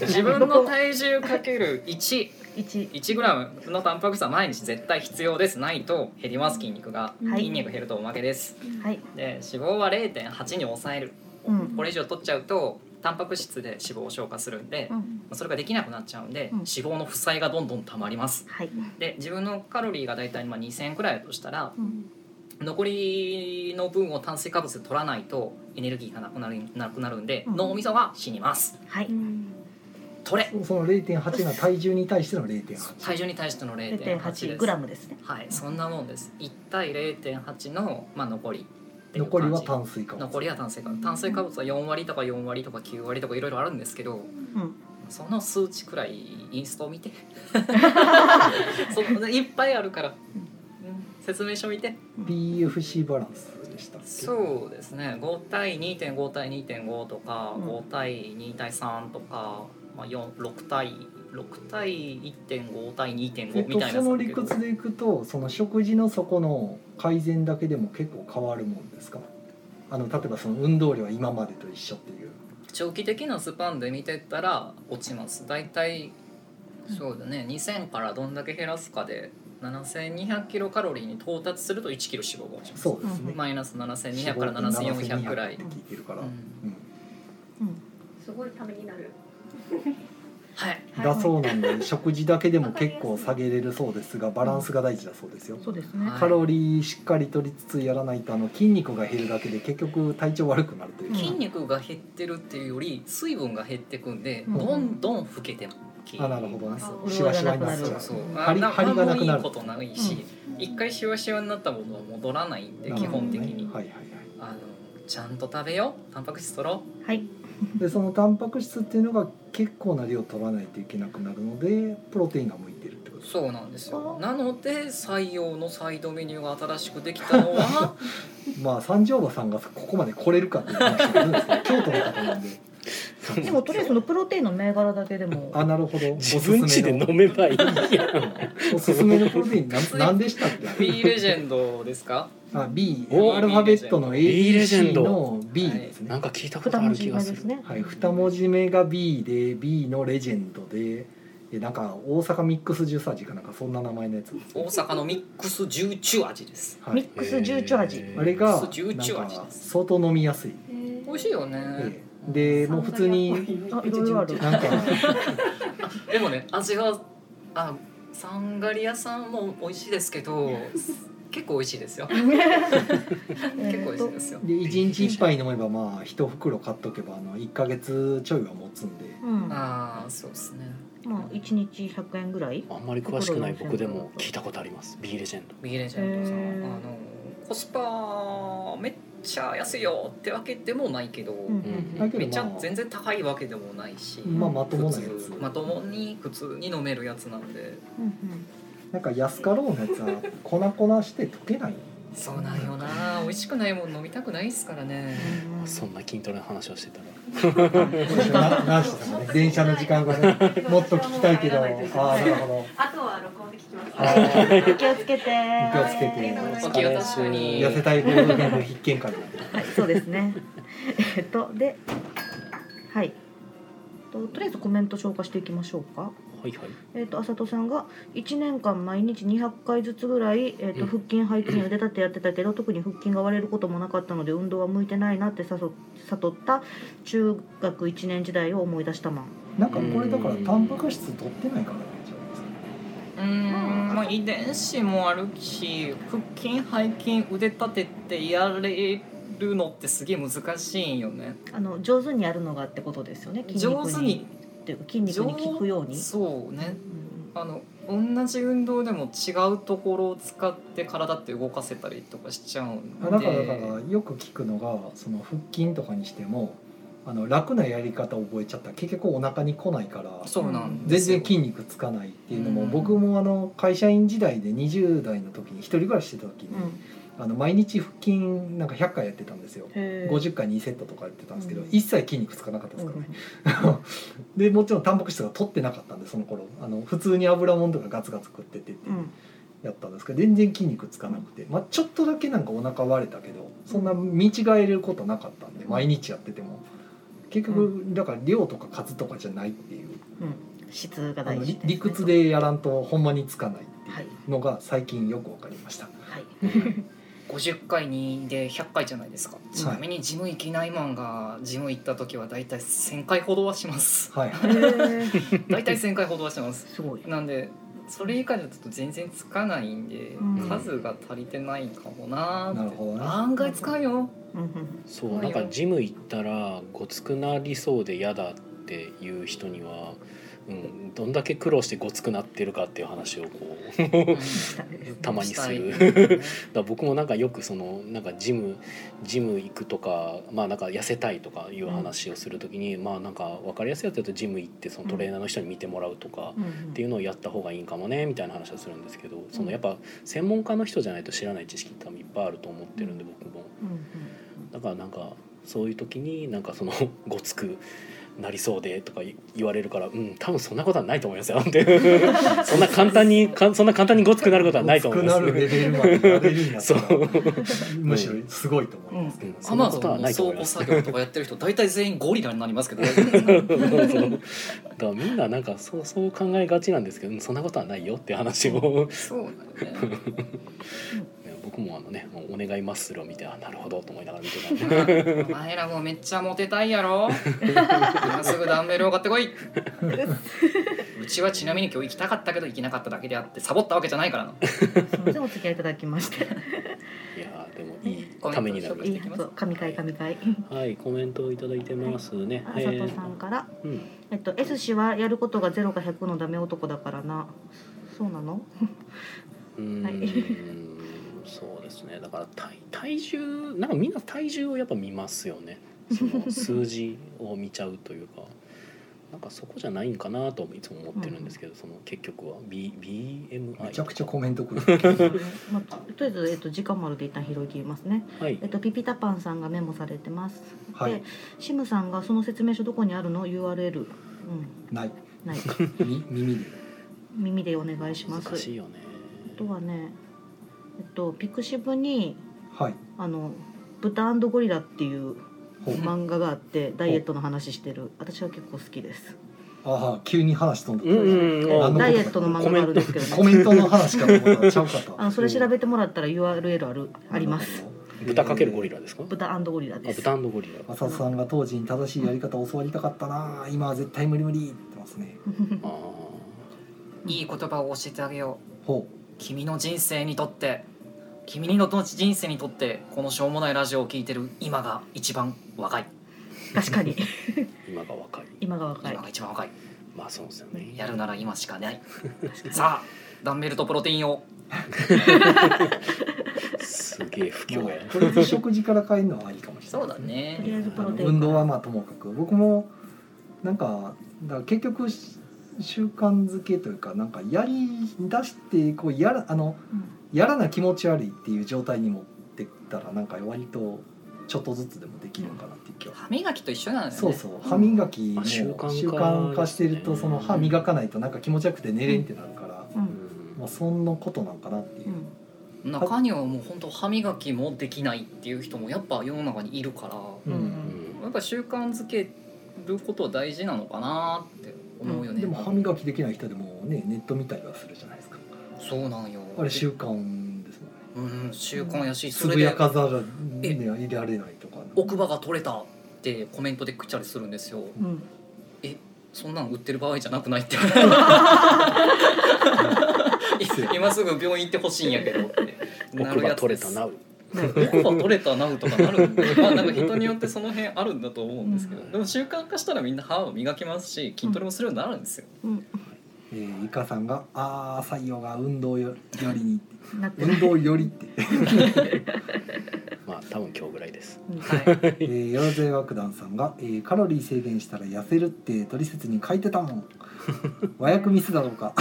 Speaker 6: 自分の体重かける1
Speaker 3: 1
Speaker 6: 1グラムのタンパク質は毎日絶対必要ですないと減ります筋肉が、
Speaker 3: はい
Speaker 6: 筋肉減るとおまけです
Speaker 3: はい
Speaker 6: で脂肪は0.8に抑える
Speaker 3: うん
Speaker 6: これ以上取っちゃうとタンパク質で脂肪を消化するんで、
Speaker 3: う
Speaker 6: ま
Speaker 3: ん
Speaker 6: あそれができなくなっちゃうんで、
Speaker 3: ん
Speaker 6: 脂肪の負債がどんどん溜まります
Speaker 3: はい
Speaker 6: で自分のカロリーが大体まあ2,000くらいだとしたら
Speaker 3: うん
Speaker 6: 残りの分を炭水化物で取らないとエネルギーがなくなるなくなるんで、
Speaker 3: うん
Speaker 6: 脳みそが死にます
Speaker 3: はい
Speaker 6: 取れ
Speaker 2: その0.8が体重に対しての0.8
Speaker 6: 体重に対しての0.8
Speaker 3: 0.8
Speaker 6: です
Speaker 3: グラムですね
Speaker 6: はいそんなもんです1対0.8の、まあ、残りっていう
Speaker 2: 残り
Speaker 6: 感じ
Speaker 2: は炭水化物
Speaker 6: 残りは炭水化物炭水化物は4割とか4割とか9割とかいろいろあるんですけど
Speaker 3: うん
Speaker 6: その数値くらいインストを 見てそいっぱいあるから、うん説明書見て
Speaker 2: PFC バランスでしたっけ
Speaker 6: そうですね5対2.5対2.5とか、
Speaker 3: うん
Speaker 6: 5対2対3とか、まあ、4 6対6対1.5対
Speaker 2: え
Speaker 6: 2.5
Speaker 2: っ
Speaker 6: み
Speaker 2: と、
Speaker 6: たいな
Speaker 2: そ
Speaker 6: やつ
Speaker 2: の
Speaker 6: だけ
Speaker 2: 理
Speaker 6: ど
Speaker 2: 屈でいくとその食事の底の改善だけでも結構変わるもんですかあの例えばその運動量は今までと一緒っていう
Speaker 6: 長期的なスパンで見てったら落ちます大体そうだね2000からどんだけ減らすかで7200キロカロリーに到達すると1キロ脂肪が落ちます
Speaker 2: そうですね、
Speaker 6: マイナス7200から7400くらい
Speaker 2: って聞いてるから、
Speaker 6: う
Speaker 2: うん
Speaker 6: ん
Speaker 3: うん
Speaker 4: すごいためになる。
Speaker 6: はい
Speaker 3: は
Speaker 2: だ
Speaker 3: い
Speaker 2: そうなんで食事だけでも結構下げれるそうですがバランスが大事だそうですよ、
Speaker 3: そうですね
Speaker 6: はい
Speaker 2: カロリーしっかりとりつつやらないとあの筋肉が減るだけで結局体調悪くなるという、
Speaker 3: うん
Speaker 6: 筋肉が減ってるっていうより水分が減ってくんで
Speaker 3: うん
Speaker 6: どんどん老けてき
Speaker 2: あなるほどね
Speaker 6: そう
Speaker 2: シワシワになっちゃ
Speaker 6: そううそう
Speaker 2: 張り
Speaker 6: あ
Speaker 2: 張りがなくなる
Speaker 6: んもいいことないし一回シワシワになったものは戻らないんで
Speaker 2: なる
Speaker 6: 基
Speaker 2: ほど
Speaker 6: 本
Speaker 2: ね
Speaker 6: 的に
Speaker 2: はいはいはい
Speaker 6: あのちゃんと食べようタンパク質取ろう
Speaker 3: はい
Speaker 2: でそのタンパク質っていうのが結構な量取らないといけなくなるのでプロテインが向いてるってこと
Speaker 6: そうなんですよ
Speaker 3: あ
Speaker 6: なので採用のサイドメニューが新しくできたのは
Speaker 2: まあ三条馬さんがここまで来れるかっていう話になるんですけど京都の方なんで
Speaker 3: でもとりあえずそのプロテインの銘柄だけでも
Speaker 2: あなるほどおす
Speaker 1: 自
Speaker 2: すめ
Speaker 1: 分
Speaker 2: の
Speaker 1: 家で飲めばいいやん
Speaker 2: おすすめのプロテインなんなんでしたっけ
Speaker 6: B レジェンドですか
Speaker 2: あ B
Speaker 1: お
Speaker 2: アルファベットの
Speaker 1: B レジェン
Speaker 2: ABC
Speaker 1: ド
Speaker 2: の B です
Speaker 1: な
Speaker 2: ね
Speaker 1: んか 聞いたこと
Speaker 3: 二
Speaker 1: あ
Speaker 3: 文
Speaker 1: る
Speaker 3: 字
Speaker 1: 気
Speaker 3: 目
Speaker 1: がす
Speaker 3: で
Speaker 1: る
Speaker 3: すね
Speaker 2: はい二文字目が B で B のレジェンドでえなんか大阪ミックスジュース味かなんかそんな名前のやつです
Speaker 6: 大阪のミックス重中味です
Speaker 2: は
Speaker 3: ミ
Speaker 2: い
Speaker 3: ックス重調味
Speaker 1: へ
Speaker 2: あれが
Speaker 6: ミックスジュース
Speaker 2: なん
Speaker 6: 味
Speaker 2: か
Speaker 6: です
Speaker 2: 相当飲みやすい
Speaker 6: 美味しいよね
Speaker 2: ええでもう普通に
Speaker 3: あいろいろある
Speaker 2: なんか
Speaker 6: でもね味はあサンガリアさんも美味しいですけど結構美味しいですよ結構美味しいですよ
Speaker 2: で1日1杯飲めばまあ1袋買っとけばあの1ヶ月ちょいは持つんで
Speaker 3: うんま
Speaker 6: ああそうですね
Speaker 3: あ一日100円ぐらい
Speaker 1: あんまり詳しくない僕でも聞いたことあります B レジェンド
Speaker 6: B レジェンドさん
Speaker 3: へ
Speaker 6: はあ
Speaker 3: ー
Speaker 6: のコスパめっちゃ安いよってわけでもないけど、
Speaker 3: うん
Speaker 2: だけ
Speaker 6: めっち
Speaker 2: ど
Speaker 6: ゃ
Speaker 2: まあ
Speaker 6: 全然高いわけでもないし、
Speaker 2: まあまともなや
Speaker 6: 普
Speaker 2: つ
Speaker 6: 通まともに普通に飲めるやつなんで
Speaker 2: なんか安かろうのやつは粉々して溶けない
Speaker 6: そうなんよな美味しくないもん飲みたくないっすからね
Speaker 1: そんな筋トレの話をしてたら
Speaker 2: ななしですね電車の時間がねもっと聞きたいけどああなるほど
Speaker 4: あとは録音で聞きます。
Speaker 2: あー
Speaker 3: 気をつけ
Speaker 2: 気を
Speaker 3: て
Speaker 2: つけ
Speaker 4: あり
Speaker 2: て
Speaker 4: がとうござい
Speaker 6: お
Speaker 4: ます
Speaker 6: 気を確かに
Speaker 2: 痩せたい行動の必見会
Speaker 3: はい、そうですね。 えっと、で。はい。と、とりあえずコメント消化していきましょうか。
Speaker 1: はいはい
Speaker 3: えっと、あさとさんが1年間毎日200回ずつぐらい、え
Speaker 1: う
Speaker 3: っと、
Speaker 1: ん
Speaker 3: 腹筋背筋腕立てやってたけど特に腹筋が割れることもなかったので運動は向いてないなって誘っ悟った中学1年時代を思い出したまん
Speaker 2: なんかこれだからタンパク質取ってないからねじゃないですか
Speaker 6: うーんまあ遺伝子もあるし腹筋背筋腕立てってやれるのってすげえ難しいんよね
Speaker 3: あの上手にやるのがってことですよね筋
Speaker 6: 上
Speaker 3: 肉
Speaker 6: 手
Speaker 3: に
Speaker 6: に
Speaker 3: っていうか筋肉に効くように、
Speaker 6: そうね
Speaker 3: うん
Speaker 6: あの同じ運動でも違うところを使って体って動かせたりとかしちゃうんで
Speaker 2: だからだからよく聞くのがその腹筋とかにしてもあの楽なやり方を覚えちゃったら結局お腹に来ないから
Speaker 6: そうなんで
Speaker 2: 全
Speaker 6: すよ
Speaker 2: 然筋肉つかないっていうのも、
Speaker 6: うん
Speaker 2: 僕もあの会社員時代で20代の時に一人暮らししてた時に、
Speaker 3: うん
Speaker 2: あの毎日腹筋なんか100回やってたんですよ
Speaker 3: へー
Speaker 2: 50回2セットとかやってたんですけど、
Speaker 3: うん
Speaker 2: 一切筋肉つかなかったですからね、でもちろんタンパク質が取ってなかったんでその頃あの普通に油もんとかガツガツ食っててって
Speaker 3: うんうん
Speaker 2: やったんですけど全然筋肉つかなくて、まあ、ちょっとだけなんかお腹割れたけどそんな見違えることなかったんで毎日やってても結局だから量とか数とかじゃないっていう、
Speaker 3: うん質が
Speaker 2: あ
Speaker 3: 大
Speaker 2: の
Speaker 3: 事
Speaker 2: 理
Speaker 3: すね
Speaker 2: 理屈でやらんとほんまにつかないって
Speaker 3: はい
Speaker 2: いうのが最近よくわかりました。
Speaker 3: はい
Speaker 6: 50回にで100回じゃないですかちなみにジム行きないマンがジム行った時は大体1000回ほどは します
Speaker 2: はい、
Speaker 6: 大体1000回ほどはします
Speaker 3: すごい
Speaker 6: なんでそれ以下だと全然つかないんで、
Speaker 3: うん
Speaker 6: 数が足りてないかもなーって
Speaker 2: なるほどね
Speaker 6: 案外使うよ
Speaker 3: うんうん
Speaker 1: そううんなんかジム行ったらごつくなりそうで嫌だっていう人には、うん、どんだけ苦労してごつくなってるかっていう話をこう たまにする。だから僕もなんかよくそのなんかジムジム行くとかまあなんか痩せたいとかいう話をするときに、まあなんか分かりやすいやつだとジム行ってそのトレーナーの人に見てもらうとか。
Speaker 3: うんうん
Speaker 1: っていうのをやった方がいいんかもねみたいな話をするんですけどそのやっぱ専門家の人じゃないと知らない知識って多分いっぱいあると思ってるんで僕も
Speaker 3: うんうん
Speaker 1: だからなんかそういう時になんかその ごつくなりそうでとかい言われるからうん多分そんなことはないと思いますよっていうそんな簡単にかんそんな簡単にごつくなることはないと思いま
Speaker 2: 熱くなるレ
Speaker 1: す。
Speaker 2: ベルまでやれるんやった
Speaker 1: そ
Speaker 2: ら
Speaker 1: う
Speaker 2: むしろすごいと思いますけど、
Speaker 1: うん
Speaker 6: ア
Speaker 1: そんな
Speaker 6: マ
Speaker 1: こ
Speaker 6: ゾ
Speaker 1: とは
Speaker 6: ンの
Speaker 1: ないと思
Speaker 6: 倉
Speaker 1: いま
Speaker 6: 庫
Speaker 1: す
Speaker 6: 作業とかやってる人大体全員ゴリラになります けど大丈夫ですか
Speaker 1: そうだからみんななんかそうそう考えがちなんですけどうんそんなことはないよって話を
Speaker 6: そうだよね
Speaker 1: 僕もあのねもうお願いマッスルを見てあなるほどと思いながら見てたんで
Speaker 6: お前らもめっちゃモテたいやろ今すぐダンベルを買ってこいうちはちなみに今日行きたかったけど行けなかっただけであってサボったわけじゃないからな
Speaker 3: すみませんお付き合いいただきまして
Speaker 1: いやーでもいいためになる
Speaker 6: コメント紹介
Speaker 3: い
Speaker 6: し
Speaker 3: い
Speaker 6: てき
Speaker 3: は
Speaker 6: ま
Speaker 3: ず
Speaker 6: す
Speaker 3: 神回神 回
Speaker 1: はいコメントをいただいてますね、
Speaker 3: あ
Speaker 1: え
Speaker 3: 佐
Speaker 1: ー
Speaker 3: 藤さんから
Speaker 1: うん
Speaker 3: えっと S 氏はやることがゼロか100のダメ男だからなそう なの
Speaker 1: うーん
Speaker 3: はい
Speaker 1: そうですねだから体体重なんかみんな体重をやっぱ見ますよねその数字を見ちゃうというかなんかそこじゃないんかなといつも思ってるんですけど、その結局は、B、BMI
Speaker 2: めちゃくちゃコメントくる
Speaker 3: まあ、とりあえず、えっと、時間丸で一旦拾い切りますね。
Speaker 1: はい
Speaker 3: えっと、ピピタパンさんがメモされてます。
Speaker 2: はい
Speaker 3: で、シムさんがその説明書どこにあるの URL、うん、
Speaker 2: ない
Speaker 3: ない
Speaker 2: み耳で
Speaker 3: 耳でお願いします。
Speaker 1: 難しいよね
Speaker 3: あとはね、えっと、ピクシブに
Speaker 2: はい
Speaker 3: あの豚ゴリラっていう
Speaker 2: ほう
Speaker 3: 漫画があってダイエットの話してる私は結構好きです
Speaker 2: ああ急に話飛んだ、
Speaker 1: うんうんうん
Speaker 2: 何のことか
Speaker 3: ダイエットの漫画があるんですけど
Speaker 2: コ
Speaker 3: ね
Speaker 2: メントの話かと思ったらちゃうかった
Speaker 3: あのそれ調べてもらったら URL あるあります
Speaker 1: 豚かけるゴリラですか、
Speaker 3: 豚ゴリラ
Speaker 1: あ
Speaker 3: です
Speaker 1: 豚ゴリラ
Speaker 2: 浅田さんが当時に正しいやり方を教わりたかったな今は絶対無理無理って言ってますね
Speaker 1: あ
Speaker 6: いい言葉を教えてあげよう
Speaker 2: ほ
Speaker 6: 君の人生にとって君の人生にとってこのしょうもないラジオを聞いてる今が一番若い
Speaker 3: 確かに
Speaker 1: ー今が若い
Speaker 3: 今が若い
Speaker 6: 今が一番若い
Speaker 1: まあそうですよね
Speaker 6: やるなら今しかないさあダンベルとプロテインを
Speaker 1: すげえ不
Speaker 2: う
Speaker 1: 況や、
Speaker 2: とりあえず食事から変えるのはいいかもしれない
Speaker 6: そうだね
Speaker 3: とりあえずプ
Speaker 2: あ
Speaker 3: ロ
Speaker 2: の
Speaker 3: テイン
Speaker 2: 運動はまあともかく僕もなんかだから結局し習慣づけというかなんかやり出してこうやらあの
Speaker 3: うん
Speaker 2: やらな気持ち悪いっていう状態に持ってったらなんか割とちょっとずつでもできるのかなっていう気は、
Speaker 6: 歯磨きと一緒なんだよね
Speaker 2: そうそう歯磨きも
Speaker 1: あ習
Speaker 2: 習
Speaker 1: 慣化
Speaker 2: 慣化してると
Speaker 1: です
Speaker 2: そ
Speaker 1: ね
Speaker 2: の歯磨かないとなんか気持ち悪くて寝れんってなるから、
Speaker 1: う
Speaker 3: う
Speaker 1: んん
Speaker 2: まあ、そんなことなんかなっていうう、
Speaker 3: ん
Speaker 6: 中にはもう本当歯磨きもできないっていう人もやっぱ世の中にいるから
Speaker 3: うん
Speaker 1: うん
Speaker 6: やっぱ習慣づけることは大事なのかなって思うよね、
Speaker 2: でも歯磨きできない人でもねネット見たりはするじゃないですか
Speaker 6: そうなんよ
Speaker 2: あれ習慣ですもんね
Speaker 6: うん習慣やし
Speaker 2: つ
Speaker 6: そ
Speaker 2: ぶ
Speaker 6: れで
Speaker 2: やかざるに入れられないとか
Speaker 6: 奥歯が取れたってコメントでくっちゃりするんですよ
Speaker 3: うん
Speaker 6: そんなん売ってる場合じゃなくないって 今すぐ病院行ってほしいんやけどってな
Speaker 1: 奥
Speaker 6: る
Speaker 1: 歯
Speaker 6: やつ
Speaker 1: 取
Speaker 6: で
Speaker 1: れた
Speaker 6: す
Speaker 1: な
Speaker 6: 奥歯取れたなうとかなるんで、まあ、なんか人によってその辺あるんだと思うんですけど、でも習慣化したらみんな歯を磨きますし筋トレもするようになるんですよ、
Speaker 3: うん
Speaker 2: えー、イカさんが「ああ採用が運動よよりに
Speaker 3: なってない
Speaker 2: 運動より」って、
Speaker 1: まあ多分今日ぐらいです
Speaker 3: うん
Speaker 6: はい
Speaker 2: えー、よろずえ爆弾さんが、えー「カロリー制限したら痩せるってトリセツに書いてたもん和訳ミス だろうか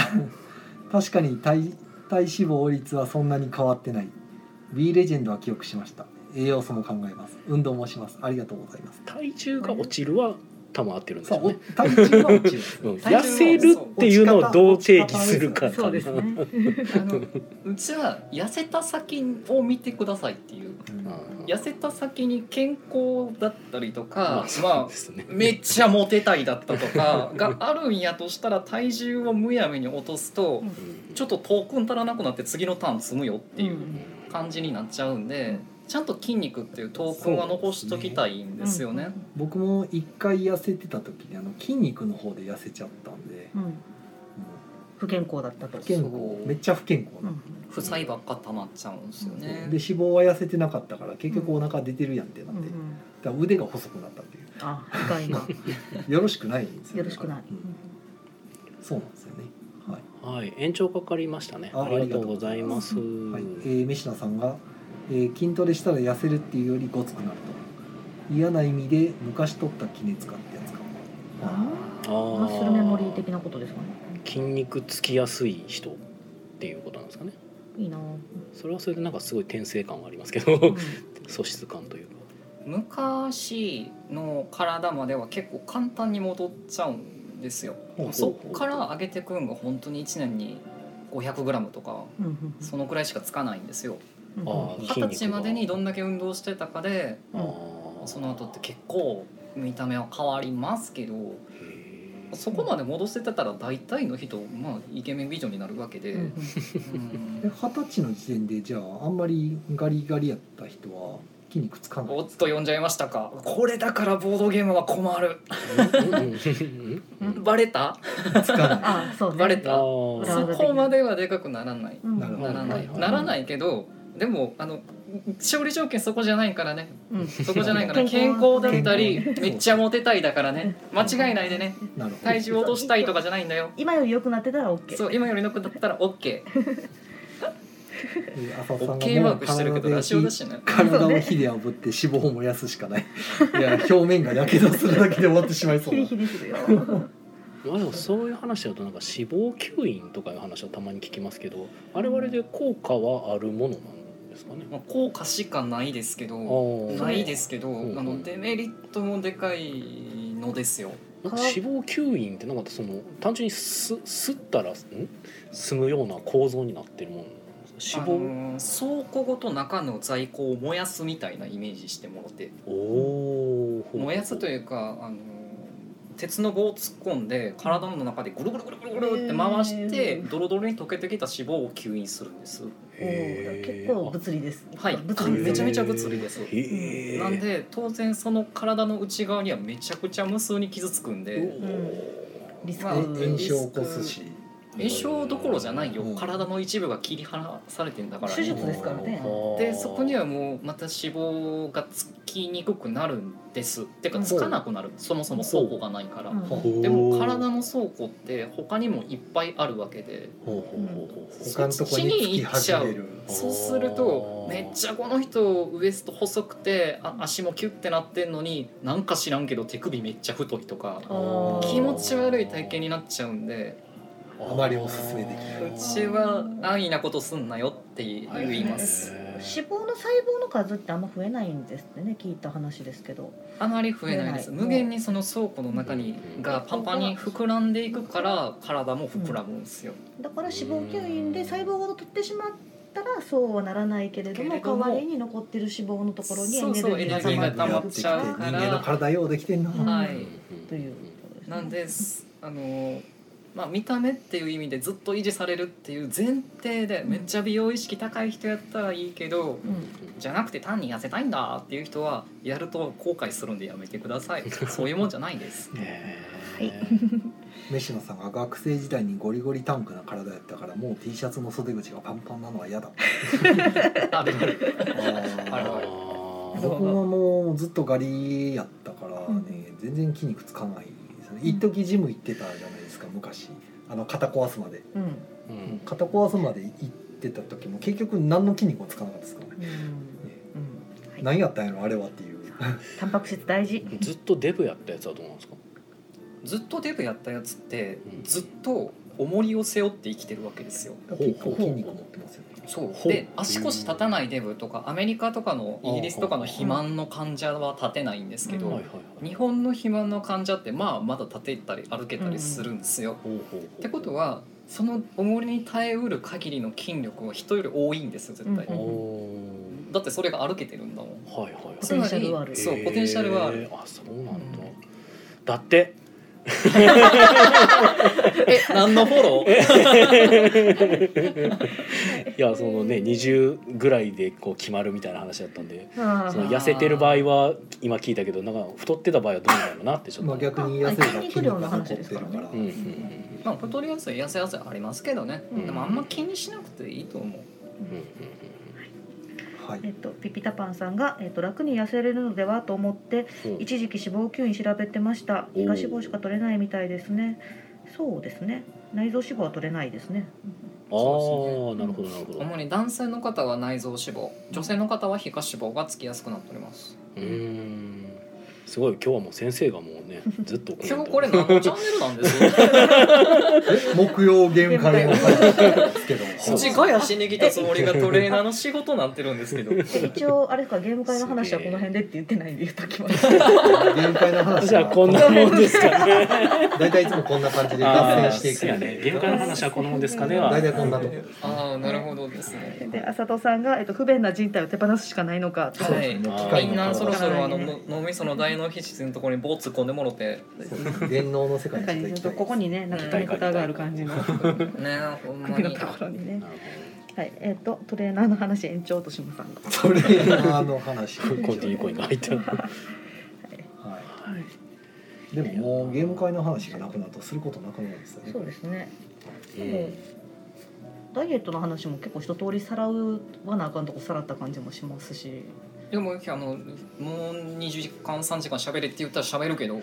Speaker 2: 確かに体体脂肪率はそんなに変わってない B レジェンドは記憶しました栄養素も考えます運動もしますありがとうございます
Speaker 1: 体重が落ちるは多分合ってるんです
Speaker 2: さあ
Speaker 1: よ
Speaker 2: お
Speaker 1: ね
Speaker 2: 体重が落ちる
Speaker 1: うん、
Speaker 6: 体
Speaker 1: 痩
Speaker 6: 重は
Speaker 1: せるっていうのをどう定義するか
Speaker 3: そうですね。
Speaker 6: あのうちは痩せた先を見てくださいっていう
Speaker 2: うん
Speaker 1: うん
Speaker 6: 痩せた先に健康だったりと
Speaker 1: ま
Speaker 6: か
Speaker 1: あ、そ
Speaker 6: ま
Speaker 1: う
Speaker 6: あ
Speaker 1: ですね、
Speaker 6: めっちゃモテたいだったとかがあるんやとしたら体重をむやみに落とすと
Speaker 1: うん
Speaker 6: ちょっと遠くん足らなくなって次のターン積むよっていううん感じになっちゃうんでちゃんと筋肉っていうトークンは残しときたいんですよね。
Speaker 2: 僕も一回痩せてた時にあの筋肉の方で痩せちゃったんで、
Speaker 3: うん
Speaker 2: う
Speaker 3: 不健康だったと
Speaker 2: ん、不。健
Speaker 6: そう
Speaker 2: 康めっちゃ不健康
Speaker 3: う
Speaker 2: な、
Speaker 3: ん
Speaker 6: 負債ばっか溜まっちゃうんですよ
Speaker 2: で
Speaker 6: ね
Speaker 2: 脂。肪は痩せてなかったから結局お腹出てるやんってなっ
Speaker 3: うんう
Speaker 2: て、だか
Speaker 3: ん
Speaker 2: ら腕が細くなったっていう
Speaker 3: あ、意外な。
Speaker 2: よろしくないんですよ
Speaker 3: よろしくない
Speaker 2: うんそうなんですよねはい
Speaker 1: はい延長かかりましたね
Speaker 2: あ
Speaker 1: ありがとうございます
Speaker 2: はいえー、メシナさんが、えー筋トレしたら痩せるっていうよりごつくなると嫌な意味で昔取ったキネ使ってやつか
Speaker 3: あ
Speaker 1: あ
Speaker 3: ー
Speaker 1: ー
Speaker 3: マッスルメモリー的なことですかね。
Speaker 1: 筋肉つきやすい人っていうことなんですかね
Speaker 3: いいな。
Speaker 1: それはそれでなんかすごい転生感がありますけ
Speaker 3: うん
Speaker 1: ど 素質感というか
Speaker 6: 昔の体までは結構簡単に戻っちゃうんですよ
Speaker 1: ほうほう
Speaker 6: そっから上げてくんが本当に1年に 500g とか
Speaker 3: うんうん
Speaker 6: そのくらいしかつかないんですよ
Speaker 3: うん
Speaker 1: あー
Speaker 6: 二十歳までにどんだけ運動してたかで
Speaker 1: あ
Speaker 3: うん
Speaker 1: ー
Speaker 6: その後って結構見た目は変わりますけど
Speaker 1: へー
Speaker 6: そこまで戻せてたら大体の人、まあ、イケメン美女になるわけで、
Speaker 3: うんうん
Speaker 6: うん
Speaker 2: なで二十歳の時点でじゃああんまりガリガリやった人は筋肉つかない
Speaker 6: おっと呼んじゃいましたかこれだからボードゲームは困る
Speaker 1: うんうん
Speaker 6: バレた
Speaker 2: つかない
Speaker 3: あー、そうね。
Speaker 6: バレた
Speaker 1: あー
Speaker 3: 裏
Speaker 6: そ
Speaker 3: 技的に
Speaker 6: こまではでかくならない
Speaker 3: うん
Speaker 2: なるほ
Speaker 6: な
Speaker 2: ど
Speaker 6: らない、
Speaker 1: はい
Speaker 6: ならないけどでもあの勝利条件そこじゃないからね
Speaker 3: うん
Speaker 6: そこじゃないから
Speaker 3: 健
Speaker 6: 健
Speaker 3: 康
Speaker 6: 康だったりめっちゃモテたいだからね間違いないでね
Speaker 2: な るほど
Speaker 6: 体重落としたいとかじゃないんだよ
Speaker 3: 今より良くなってたらオッケー。
Speaker 6: そう今よりの子だったら OK
Speaker 2: えー浅尾さん
Speaker 6: OK
Speaker 2: が
Speaker 6: マ
Speaker 2: も
Speaker 6: ー
Speaker 2: う
Speaker 6: クしてるけ
Speaker 2: 体
Speaker 6: ど
Speaker 2: で
Speaker 6: ラジオだ
Speaker 2: 火
Speaker 6: しね
Speaker 2: 体を火で炙って脂肪を燃やすしかないいや表面がやけどするだけで終わってしまいそう
Speaker 3: ヒ
Speaker 2: な
Speaker 3: リヒリするよ。
Speaker 1: まあでもそういう話だとなんか脂肪吸引とかいう話をたまに聞きますけどあれはあれで効果はあるものなんですかね
Speaker 6: まあ効果しかないですけ
Speaker 1: あ
Speaker 6: ど
Speaker 1: ーなんか
Speaker 6: ないですけど
Speaker 1: ん
Speaker 6: あのデメリットもでかいのですよ
Speaker 1: 脂肪吸引ってなんかその単純にす吸ったらん済むような構造になってるもんなんですか
Speaker 6: あ
Speaker 1: 脂肪、
Speaker 6: の倉庫ごと中の在庫を燃やすみたいなイメージしてもらって
Speaker 1: おお
Speaker 6: 燃やすと
Speaker 1: う
Speaker 6: いうかあの鉄の棒を突っ込んで体の中でぐるぐるぐるぐるぐるって回して
Speaker 3: へー
Speaker 6: ドロドロに溶けてきた脂肪を吸引するんです
Speaker 3: おー結構物理です。
Speaker 6: はい
Speaker 3: 物理
Speaker 6: め
Speaker 3: で
Speaker 6: ち
Speaker 3: すよ
Speaker 6: ゃめ
Speaker 3: ね。
Speaker 6: ちゃ物理です
Speaker 1: へえ
Speaker 6: なんで当然その体の内側にはめちゃくちゃ無数に傷つくんで
Speaker 3: リスク
Speaker 6: まあ
Speaker 2: え炎
Speaker 6: え
Speaker 2: 症を起こすし
Speaker 6: 炎症どころじゃないよ
Speaker 2: うん
Speaker 6: 体の一部が切り離されてんだから
Speaker 3: 手術ですからね
Speaker 6: でそこに
Speaker 1: は
Speaker 6: はもうまた脂肪がつきにくくなるんですってかつかなくなるそもそも倉庫がないから
Speaker 3: うん
Speaker 2: ほ
Speaker 6: でも体の倉庫って他にもいっぱいあるわけで
Speaker 1: ほうほうほうほう
Speaker 2: 他のとこにつき始める
Speaker 6: そうすると
Speaker 1: あー
Speaker 6: めっちゃこの人ウエスト細くてあ足もキュッてなってんのになんか知らんけど手首めっちゃ太いとか
Speaker 3: あー
Speaker 6: 気持ち悪い体型になっちゃうんで
Speaker 2: あまりおすすめできな
Speaker 6: うちは安易なことすんなよって言います
Speaker 1: へー
Speaker 3: 脂肪の細胞の数ってあんま増えないんですってね聞いた話ですけど、
Speaker 6: あまり増えないです
Speaker 3: 増えない
Speaker 6: 無限にその倉庫の中にがパンパンに膨らんでいくから体も膨らむんですよ
Speaker 3: だから脂肪吸引で細胞を取ってしまったらそうはならないけれども
Speaker 6: けれども
Speaker 3: 代わりに残ってる脂肪のところにエ
Speaker 6: そう
Speaker 3: ネ
Speaker 6: そ
Speaker 3: ル
Speaker 6: う
Speaker 3: ギーが
Speaker 2: 全
Speaker 3: 溜
Speaker 2: 部
Speaker 3: ま
Speaker 2: や
Speaker 3: っ
Speaker 2: ってて
Speaker 3: い
Speaker 2: きて
Speaker 3: く
Speaker 2: 人
Speaker 3: から
Speaker 2: 間の体ようできてんな、
Speaker 3: うん
Speaker 6: はい
Speaker 3: ということですね
Speaker 6: なんですあの、まあ、見た目っていう意味でずっと維持されるっていう前提でめっちゃ美容意識高い人やったらいいけ
Speaker 3: う
Speaker 6: ど
Speaker 3: ん
Speaker 6: じゃなくて単に痩せたいんだっていう人はやると後悔するんでやめてくだ さいそういうもんじゃないです
Speaker 1: へ
Speaker 2: メシノさんが学生時代にゴリゴリタンクな体やったからもう T シャツの袖口がパンパンなのは嫌だ
Speaker 6: あるある
Speaker 1: ー
Speaker 6: あるある
Speaker 1: あ
Speaker 2: 僕はもうずっとガリやったからね全然筋肉つかないですね一時ジム行ってたじゃないですか昔あの肩壊すまで
Speaker 3: うん
Speaker 1: ーうん
Speaker 2: 肩壊すまで行ってた時も結局何の筋肉もつかなかったですからね
Speaker 3: うんうんはい、
Speaker 2: 何やったんやろあれはっていう
Speaker 3: タンパク質大事
Speaker 1: ずっとデブやったやつはどうなんですか
Speaker 6: ずっとデブやったやつって
Speaker 1: うん
Speaker 6: ずっと重りを背負って生きてるわけですよ
Speaker 2: 結構筋肉持ってますよね
Speaker 6: そう
Speaker 1: ほう
Speaker 6: で足腰立たないデブとかアメリカとかのイギリスとかの肥満の患者は立てないんですけ
Speaker 1: はいは
Speaker 6: ど
Speaker 1: いはい
Speaker 6: 日本の肥満の患者ってまあまだ立てたり歩けたりするんですよ。
Speaker 1: ほうほうほう
Speaker 6: ってことはその重りに耐えうる限りの筋力は人より多いんですよ絶対
Speaker 3: う
Speaker 1: お
Speaker 3: ん。
Speaker 1: ー
Speaker 6: だってそれが歩けてるんだもん。
Speaker 1: はいはいはい
Speaker 3: ポテンシャルはある
Speaker 6: そう
Speaker 1: へー
Speaker 6: ポテンシャルはある。
Speaker 1: あそうなんだ、
Speaker 6: うん
Speaker 1: だって
Speaker 6: え何のフォロー？
Speaker 1: いやそのね20ぐらいでこう決まるみたいな話だったんで
Speaker 3: あ
Speaker 1: その痩せてる場合は今聞いたけどなんか太ってた場合はどうなのなってちょっ
Speaker 2: ま
Speaker 1: と
Speaker 2: あ、逆に痩せれば筋肉が残ってるから
Speaker 1: うんうんうん
Speaker 6: まあ太りやすい痩せやすいありますけどね、
Speaker 1: うん
Speaker 6: でもあんま気にしなくていいと思う
Speaker 1: うんうん
Speaker 2: はい
Speaker 3: えっと、ピピタパンさんが、えっと、楽に痩せれるのではと思って
Speaker 1: うんうん
Speaker 3: 一時期脂肪吸引調べてました
Speaker 1: おー
Speaker 3: 皮下脂肪しか取れないみたいですねそうですね内臓脂肪は取れないですね
Speaker 1: あ
Speaker 6: そ
Speaker 1: あなるほどなるほど
Speaker 6: 主に男性の方は内臓脂肪女性の方は皮下脂肪がつきやすくなっております
Speaker 1: うーんすごい今日はもう先生がもうねずっとコメント
Speaker 6: 今日これ何のチャンネルなんですよ
Speaker 2: え木曜限界の最初ですけど
Speaker 1: そう
Speaker 6: 口がやしに来たつもりがトレーナーの仕事なんてるんですけど
Speaker 3: で一応あれですかゲーム会の話はこの辺でって言ってないんで言っときます
Speaker 2: 限界の話
Speaker 1: じゃあこんなもんですか ね
Speaker 2: 大体いつもこんな感じで
Speaker 1: あ
Speaker 2: 脱
Speaker 1: ー
Speaker 2: 線していく
Speaker 1: そうやね限界の話はこんなもんですかねは
Speaker 2: 大体こんなとこ
Speaker 6: ああなるほどですね
Speaker 3: で浅戸さんが、えっと、不便な人体を手放すしかないのかと
Speaker 6: は
Speaker 2: 機
Speaker 6: い
Speaker 1: 械
Speaker 6: み
Speaker 1: の
Speaker 6: んなそろそろあの
Speaker 3: はい
Speaker 6: の脳みその大脳皮質のところに棒突っ込んでもろて
Speaker 2: 電脳の世
Speaker 3: な
Speaker 2: 界
Speaker 3: ん
Speaker 2: にちょ
Speaker 3: かね
Speaker 2: っ
Speaker 3: ちょっ
Speaker 2: と
Speaker 3: とこ
Speaker 2: 行き
Speaker 3: こにねなんか止め方がある感じの
Speaker 6: ねほんま
Speaker 3: 首の
Speaker 6: に
Speaker 3: ところに
Speaker 1: な
Speaker 3: ね
Speaker 1: る
Speaker 3: はいえっとトレーナーの話延長としまさんが
Speaker 2: たいトレーナーの話
Speaker 1: ほどコンティニューコインが入 ってる
Speaker 2: はいでももうゲーム会の話がなくなるとすることなくなるんですよね
Speaker 3: そうですね
Speaker 1: うん
Speaker 3: ダイエットの話も結構一通りさらうわなあかんとこさらった感じもしますし
Speaker 6: でもあのもう20時間3時間喋れって言ったら喋るけど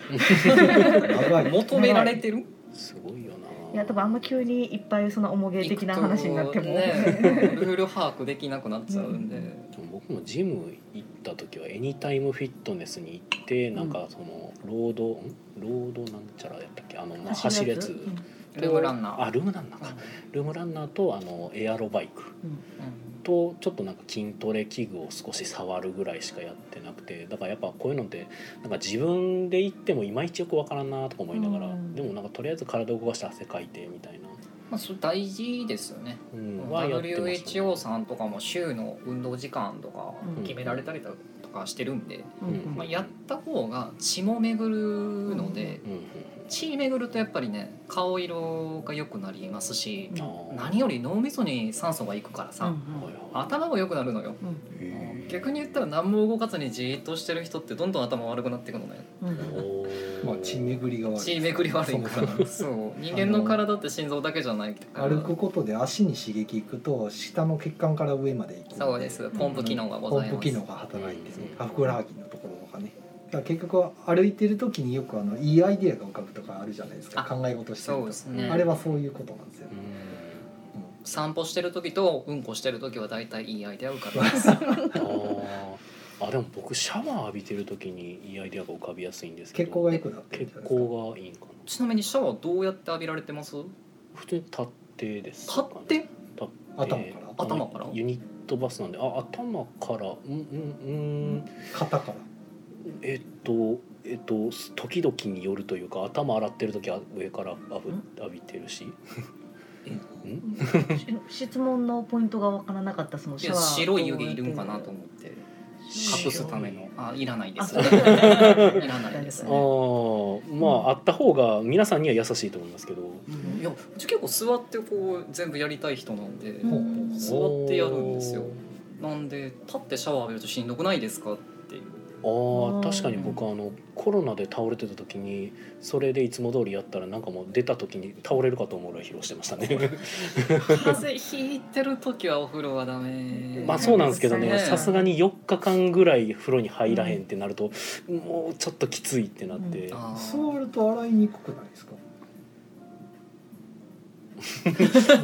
Speaker 2: 長い
Speaker 6: 求められてる
Speaker 1: すごいよない
Speaker 3: いや多分あんま急にいっぱいそんな重芸的な話になっても、
Speaker 6: 行くとね、ルール把握できなくなっちゃうんで、
Speaker 1: でも僕もジム行った時はエニタイムフィットネスに行ってなんかそのロードんロードなんちゃらやったっけあのまあ走るやつ
Speaker 3: うん
Speaker 6: ルームランナー
Speaker 1: あルームランナーかルームランナーとあのエアロバイクとちょっとなんか筋トレ器具を少し触るぐらいしかやってなくてだからやっぱこういうのってなんか自分で行ってもいまいちよくわからんなとか思いながら、
Speaker 3: うん
Speaker 1: でもなんかとりあえず体を動かして汗かいてみたいな、
Speaker 6: まあ、それ大事ですよね、
Speaker 1: うん、はやってましたね
Speaker 6: WHO さんとかも週の運動時間とか
Speaker 3: うん
Speaker 6: 決められたりとかしてるんで、
Speaker 3: うん
Speaker 1: うん
Speaker 6: まあ、やった方が血も巡るので
Speaker 1: うんうん
Speaker 6: 血巡るとやっぱりね顔色が良くなりますし
Speaker 1: うんあー
Speaker 6: 何より脳みそに酸素がいくからさ、
Speaker 1: はいは
Speaker 6: 頭が良くなるのよ
Speaker 3: うんうん
Speaker 1: いへー
Speaker 6: 逆に言ったら何も動かずにじーっとしてる人ってどんどん頭悪くなっていくのね
Speaker 3: うん
Speaker 1: おー
Speaker 2: まあ血巡りが悪
Speaker 6: 血
Speaker 2: い
Speaker 6: 巡り悪いか
Speaker 2: そう
Speaker 6: らそう人間の体って心臓だけじゃないから
Speaker 2: 歩くことで足に刺激いくと下の血管から上まで行く
Speaker 6: そうですポンプ機能がご
Speaker 2: ポ
Speaker 6: ざ
Speaker 2: ン
Speaker 6: い
Speaker 2: プ
Speaker 6: ま
Speaker 2: 機
Speaker 6: す
Speaker 2: 能が働いてね
Speaker 1: うん
Speaker 2: あふくらはぎのところとかねだから結局は歩いてる時によくあのいいアイディアが浮かぶとかあるじゃないですか
Speaker 6: あ
Speaker 2: 考え事してる
Speaker 6: そう
Speaker 2: と
Speaker 6: ですね
Speaker 2: あれはそういうことなんですよ
Speaker 1: う、ん
Speaker 6: 散歩してる時とうんこしてる時は大体いいアイデア浮かびます
Speaker 1: あーあでも僕シャワー浴びてる時にいいアイデアが浮かびやすいんですけ
Speaker 2: 血
Speaker 1: ど
Speaker 2: 行が良くなってるんじ
Speaker 1: 血
Speaker 2: ゃないですか
Speaker 1: 行がいいんかな
Speaker 6: ちなみにシャワーどうやって浴びられてます
Speaker 1: 普通に立ってです
Speaker 6: 立
Speaker 1: かね
Speaker 6: って
Speaker 2: 頭
Speaker 1: え
Speaker 2: か
Speaker 1: ー
Speaker 2: ら
Speaker 1: あの
Speaker 6: 頭から
Speaker 1: ユニットバスなんであ頭からうんうん
Speaker 2: 肩から
Speaker 1: うんえっとえっと時々によるというか頭洗ってる時は上から浴
Speaker 3: ん
Speaker 1: び浴びてるし
Speaker 3: 質問のポイントがわからなかったその
Speaker 6: い
Speaker 3: シャ
Speaker 6: や
Speaker 3: ワー
Speaker 6: 白い湯気いるんかなと思って
Speaker 1: 白
Speaker 6: 隠すためのあいらないです
Speaker 3: あ
Speaker 6: い
Speaker 3: そう
Speaker 6: らないです
Speaker 1: あ
Speaker 6: ね
Speaker 1: あまあ、あった方が皆さんには優しいと思いますけど
Speaker 6: いやうち結構座ってこう全部やりたい人なんで、
Speaker 3: ん
Speaker 6: 座ってやるんですよなんで立ってシャワー浴びるとしんどくないですかっていう
Speaker 1: あ
Speaker 3: う
Speaker 1: あ
Speaker 3: ん
Speaker 1: 確かに僕あのコロナで倒れてた時にそれでいつも通りやったらなんかもう出た時に倒れるかと思うぐらい披露してましたね
Speaker 6: 風邪ひいてる時はお風呂はダメ
Speaker 1: まあそうなんですけど
Speaker 6: ね
Speaker 1: ねさすがに4日間ぐらい風呂に入らへんってなると、もうちょっときついってなって、
Speaker 6: あー
Speaker 2: 座ると洗いにくくないですか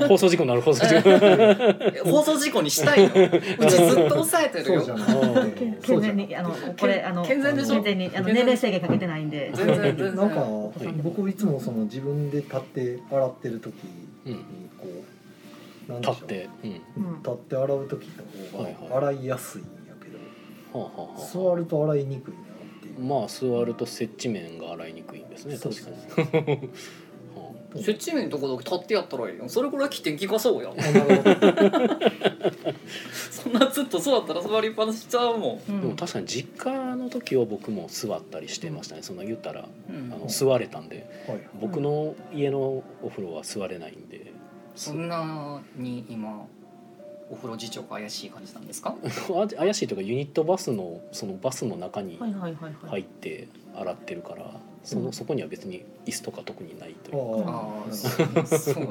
Speaker 1: 放送事故になる放送事故
Speaker 6: え放送事故にしたいのうちずっと抑えてる
Speaker 2: そうじゃ
Speaker 6: よ
Speaker 2: な
Speaker 1: う
Speaker 2: く
Speaker 1: ん
Speaker 2: て
Speaker 3: 健
Speaker 2: そうじゃ
Speaker 3: 全
Speaker 2: なく
Speaker 3: に
Speaker 2: て
Speaker 3: あのこれあの
Speaker 6: 健全
Speaker 2: でしょ
Speaker 3: 健全にあの
Speaker 6: 健全
Speaker 3: 年齢制限かけてないんで
Speaker 6: 全然全然
Speaker 2: なんか
Speaker 1: い
Speaker 2: 僕いつもその自分で立って洗ってる時
Speaker 1: う
Speaker 2: に
Speaker 1: ん
Speaker 2: こなんでしょう
Speaker 1: 立って、うん
Speaker 3: うん
Speaker 2: 立って洗う時の
Speaker 1: はい
Speaker 2: 方
Speaker 1: は
Speaker 2: が洗いやすいんやけど、
Speaker 1: はあはあはあ
Speaker 2: 座ると洗いにくいなっていう、
Speaker 1: まあ座ると接地面が洗いにくいんですね
Speaker 2: そう
Speaker 1: 確
Speaker 2: そ
Speaker 1: か
Speaker 2: う
Speaker 1: に、 は
Speaker 6: 接地面のとこだけ立ってやったらいいよそれぐらい来て聞かそうやそんなずっと座ったら座りっぱなしちゃうもん、
Speaker 1: あでも確かに実家の時は僕も座ったりしてましたねその言ったら
Speaker 6: う
Speaker 1: あ
Speaker 6: ん
Speaker 1: の座れたんで
Speaker 2: はいはい
Speaker 1: 僕の家のお風呂は座れないんで
Speaker 6: そんなに今お風呂事情が怪しい感じなんですか
Speaker 1: あ怪しいというかユニットバスのそのバスの中に
Speaker 3: はいはいはいは
Speaker 1: 入
Speaker 3: い。
Speaker 1: って洗ってるからそうの
Speaker 3: ん
Speaker 1: そこには別に椅子とか特にないという、
Speaker 2: ああ
Speaker 6: ああそうそうね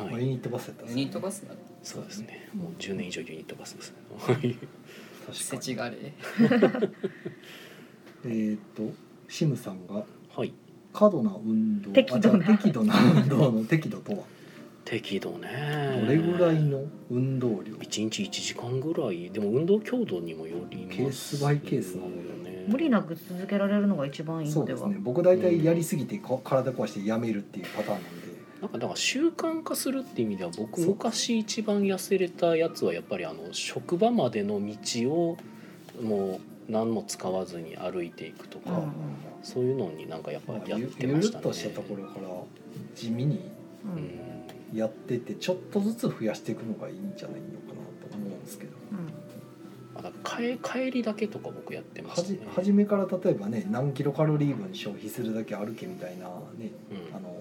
Speaker 3: う
Speaker 1: は
Speaker 2: まあ
Speaker 1: い
Speaker 2: ユニットバスやった
Speaker 6: ユニットバスな
Speaker 1: そうですねもう10年以上ユニットバスですねはい
Speaker 6: せちがれ
Speaker 2: えーっとシムさんが
Speaker 1: はい
Speaker 2: 過度な運動あ
Speaker 3: 適度な
Speaker 2: じゃあ適度な運動の適度とは
Speaker 1: 適度ね
Speaker 2: どれぐらいの運動量
Speaker 1: 1日1時間ぐらいでも運動強度にもよります
Speaker 2: ケースバイケースな
Speaker 1: よ
Speaker 2: のよ
Speaker 1: ね
Speaker 3: ん無理なく続けられるのが一番いい
Speaker 2: そ
Speaker 3: の
Speaker 2: う
Speaker 3: で
Speaker 2: です
Speaker 3: は。
Speaker 2: ね僕大体やりすぎてこ体壊してやめるっていうパターンなんで
Speaker 1: なんかだから習慣化するって意味では僕
Speaker 2: そう
Speaker 1: 昔一番痩せれたやつはやっぱりあの職場までの道をもう何も使わずに歩いていくとか、
Speaker 3: うん
Speaker 1: そういうのになんかやっぱ
Speaker 2: まあ
Speaker 1: やっ
Speaker 2: ゆ
Speaker 1: て
Speaker 2: ゆ
Speaker 1: ま
Speaker 2: る
Speaker 1: した
Speaker 2: っ
Speaker 1: ね。
Speaker 2: としたところから地味に
Speaker 3: うん
Speaker 1: うん
Speaker 2: やってってちょっとずつ増やしていくのがいいんじゃないのかなと思うんですけど
Speaker 1: あだから帰帰りだけとか僕やってま
Speaker 2: は
Speaker 1: した
Speaker 2: じ
Speaker 1: ね。
Speaker 2: 初めから例えばね何キロカロリー分消費するだけ歩けみたいなねあの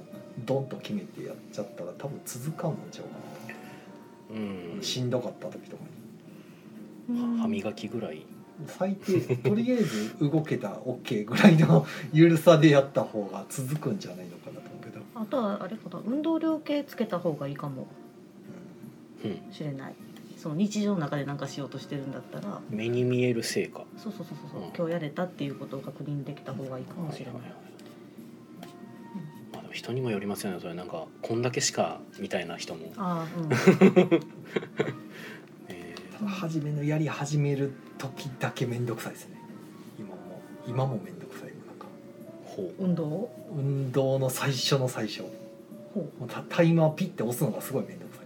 Speaker 2: ドンと決めてやっちゃったら多分続かんのちゃうかな
Speaker 1: うん、うん
Speaker 2: としんどかった時とか
Speaker 3: うん
Speaker 1: 歯磨きぐらい。
Speaker 2: に最低とりあえず動けた OK ぐらいの 緩さでやった方が続くんじゃないのかなと思うけど、うん
Speaker 3: あとはあれかな運動量計つけた方がいいかも
Speaker 1: うん、
Speaker 3: しれない。その日常の中で何かしようとしてるんだったら、
Speaker 1: 目に見える成果。
Speaker 3: そうそうそうそう、
Speaker 1: うん
Speaker 3: 今日やれたっていうことを確認できた方がいいかもしれない。
Speaker 1: まあでも人にもよりますよね。それなんかこんだけしかみたいな人も。
Speaker 3: ああ、うん。
Speaker 1: えー
Speaker 2: ただ初めのやり始める時だけ面倒くさいですね今も今も面倒くさいなんか
Speaker 1: ほう。
Speaker 3: 運動
Speaker 2: 運動の最初の最初
Speaker 3: ほ
Speaker 2: もうタタイマーピッて押すのがすごい面倒くさ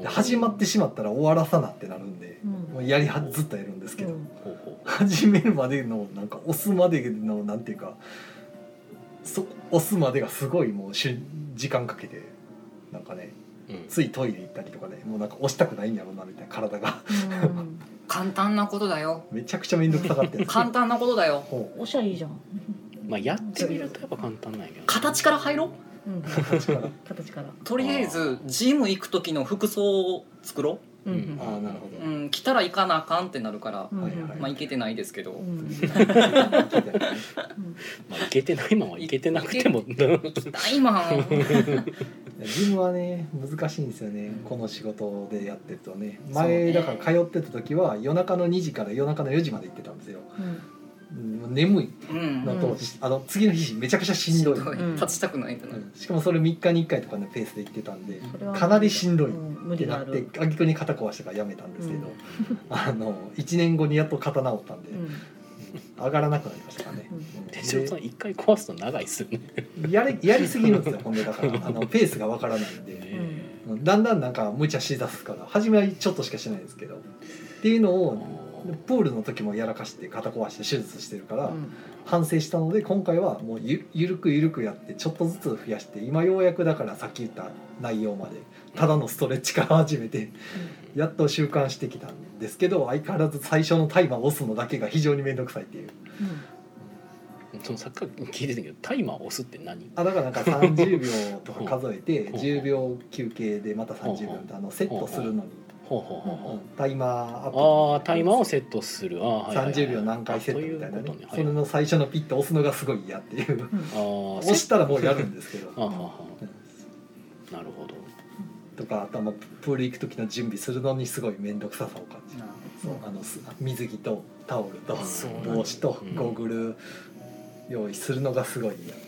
Speaker 2: いで始まってしまったら終わらさなってなるんで
Speaker 3: う、
Speaker 2: も
Speaker 3: ん、
Speaker 2: うやりはずっとやるんですけど、
Speaker 3: うん
Speaker 1: ほうほ
Speaker 2: 始めるまでのなんか押すまでのなんていうかそ押すまでがすごいもうし時間かけてなんかね
Speaker 1: う。うん。
Speaker 2: ついトイレ行ったりとかねもうなんか押したくないんやろうなみたいな体が
Speaker 3: うん、
Speaker 7: 簡単なことだよ
Speaker 2: めちゃくちゃ面倒くさかったやつ
Speaker 7: 簡単なことだよ
Speaker 2: ほ
Speaker 3: おしゃいいじゃん。
Speaker 1: まあやってみるとやっぱ簡単なんやけどね。
Speaker 7: 形から入ろう
Speaker 3: うん、
Speaker 2: う形から
Speaker 3: 形から。
Speaker 6: とりあえずジム行く時の服装を作ろ
Speaker 3: うんうん
Speaker 2: ああなるほ
Speaker 6: う、
Speaker 2: ど、
Speaker 6: うん、着たら行かなあかんってなるから、
Speaker 3: うん
Speaker 2: はいは
Speaker 6: まあ行けてないですけど
Speaker 3: うん
Speaker 1: まあいけてないままいけてなくても。
Speaker 6: 行きたいまん
Speaker 2: ジムはね難しいんですよねこの仕事でやってるとね
Speaker 6: そう
Speaker 2: 前
Speaker 6: ね
Speaker 2: だから通ってた時は夜中の2時から夜中の4時まで行ってたんですよ
Speaker 3: うん
Speaker 2: うんもう眠い
Speaker 6: うん
Speaker 2: のと、あの次の日めちゃくちゃしんどい
Speaker 6: しんどい
Speaker 3: うん
Speaker 6: 立ちたくないってな
Speaker 2: う
Speaker 6: る
Speaker 2: んしかもそれ3日に1回とかのペースで行ってたんで
Speaker 3: それは
Speaker 2: かなりしんどい
Speaker 3: うん無
Speaker 2: って
Speaker 3: 理が
Speaker 2: な
Speaker 3: あ
Speaker 2: って
Speaker 3: る。
Speaker 2: あ逆に肩壊したからやめたんですけど、あの1年後にやっと肩治ったんで、
Speaker 3: うん
Speaker 2: 上がらなくなりましたからね、
Speaker 3: うん
Speaker 1: 手帳さん
Speaker 2: で
Speaker 1: 一回壊すと長いっすよね。
Speaker 2: やれやりすぎるんですよほんでだからあのペースがわからないんで。
Speaker 1: ね
Speaker 2: うんだんだんなんか無茶しだすから初めはちょっとしかしないんですけどっていうのをプールの時もやらかして肩壊して手術してるから、
Speaker 3: うん
Speaker 2: 反省したので今回はもうゆゆるくゆるくやってちょっとずつ増やして今ようやくだからさっき言った内容までただのストレッチから始めてやっと習慣してきたんですけど相変わらず最初のタイマーを押すのだけが非常に面倒くさいっていう
Speaker 1: そのさっき聞いてたけどタイマー押すって何？
Speaker 2: あだからなんか30秒とか数えて
Speaker 1: うん
Speaker 2: 10秒休憩でまた30秒ってあのセットするのに、
Speaker 1: ほうほうほうほう
Speaker 2: うんタイマーア
Speaker 1: ああ
Speaker 2: プ
Speaker 1: タイマーをセットするああ、はいはいはい、
Speaker 2: 30秒何回セットみたいな
Speaker 1: あ
Speaker 2: ね
Speaker 1: というこ
Speaker 2: そ
Speaker 1: と
Speaker 2: れ
Speaker 1: ね、はい、
Speaker 2: の最初のピッと押すのがすごい嫌っていう
Speaker 1: ああ
Speaker 2: 押したらもうやるんですけど
Speaker 1: あははなるほど
Speaker 2: とかあとはまあプール行く時の準備するのにすごい面倒くささを感じるそうあのす水着とタオルと
Speaker 1: そうなんだ
Speaker 2: 帽子と
Speaker 1: うん
Speaker 2: ゴーグル用意するのがすごい
Speaker 1: な
Speaker 2: 嫌
Speaker 1: んか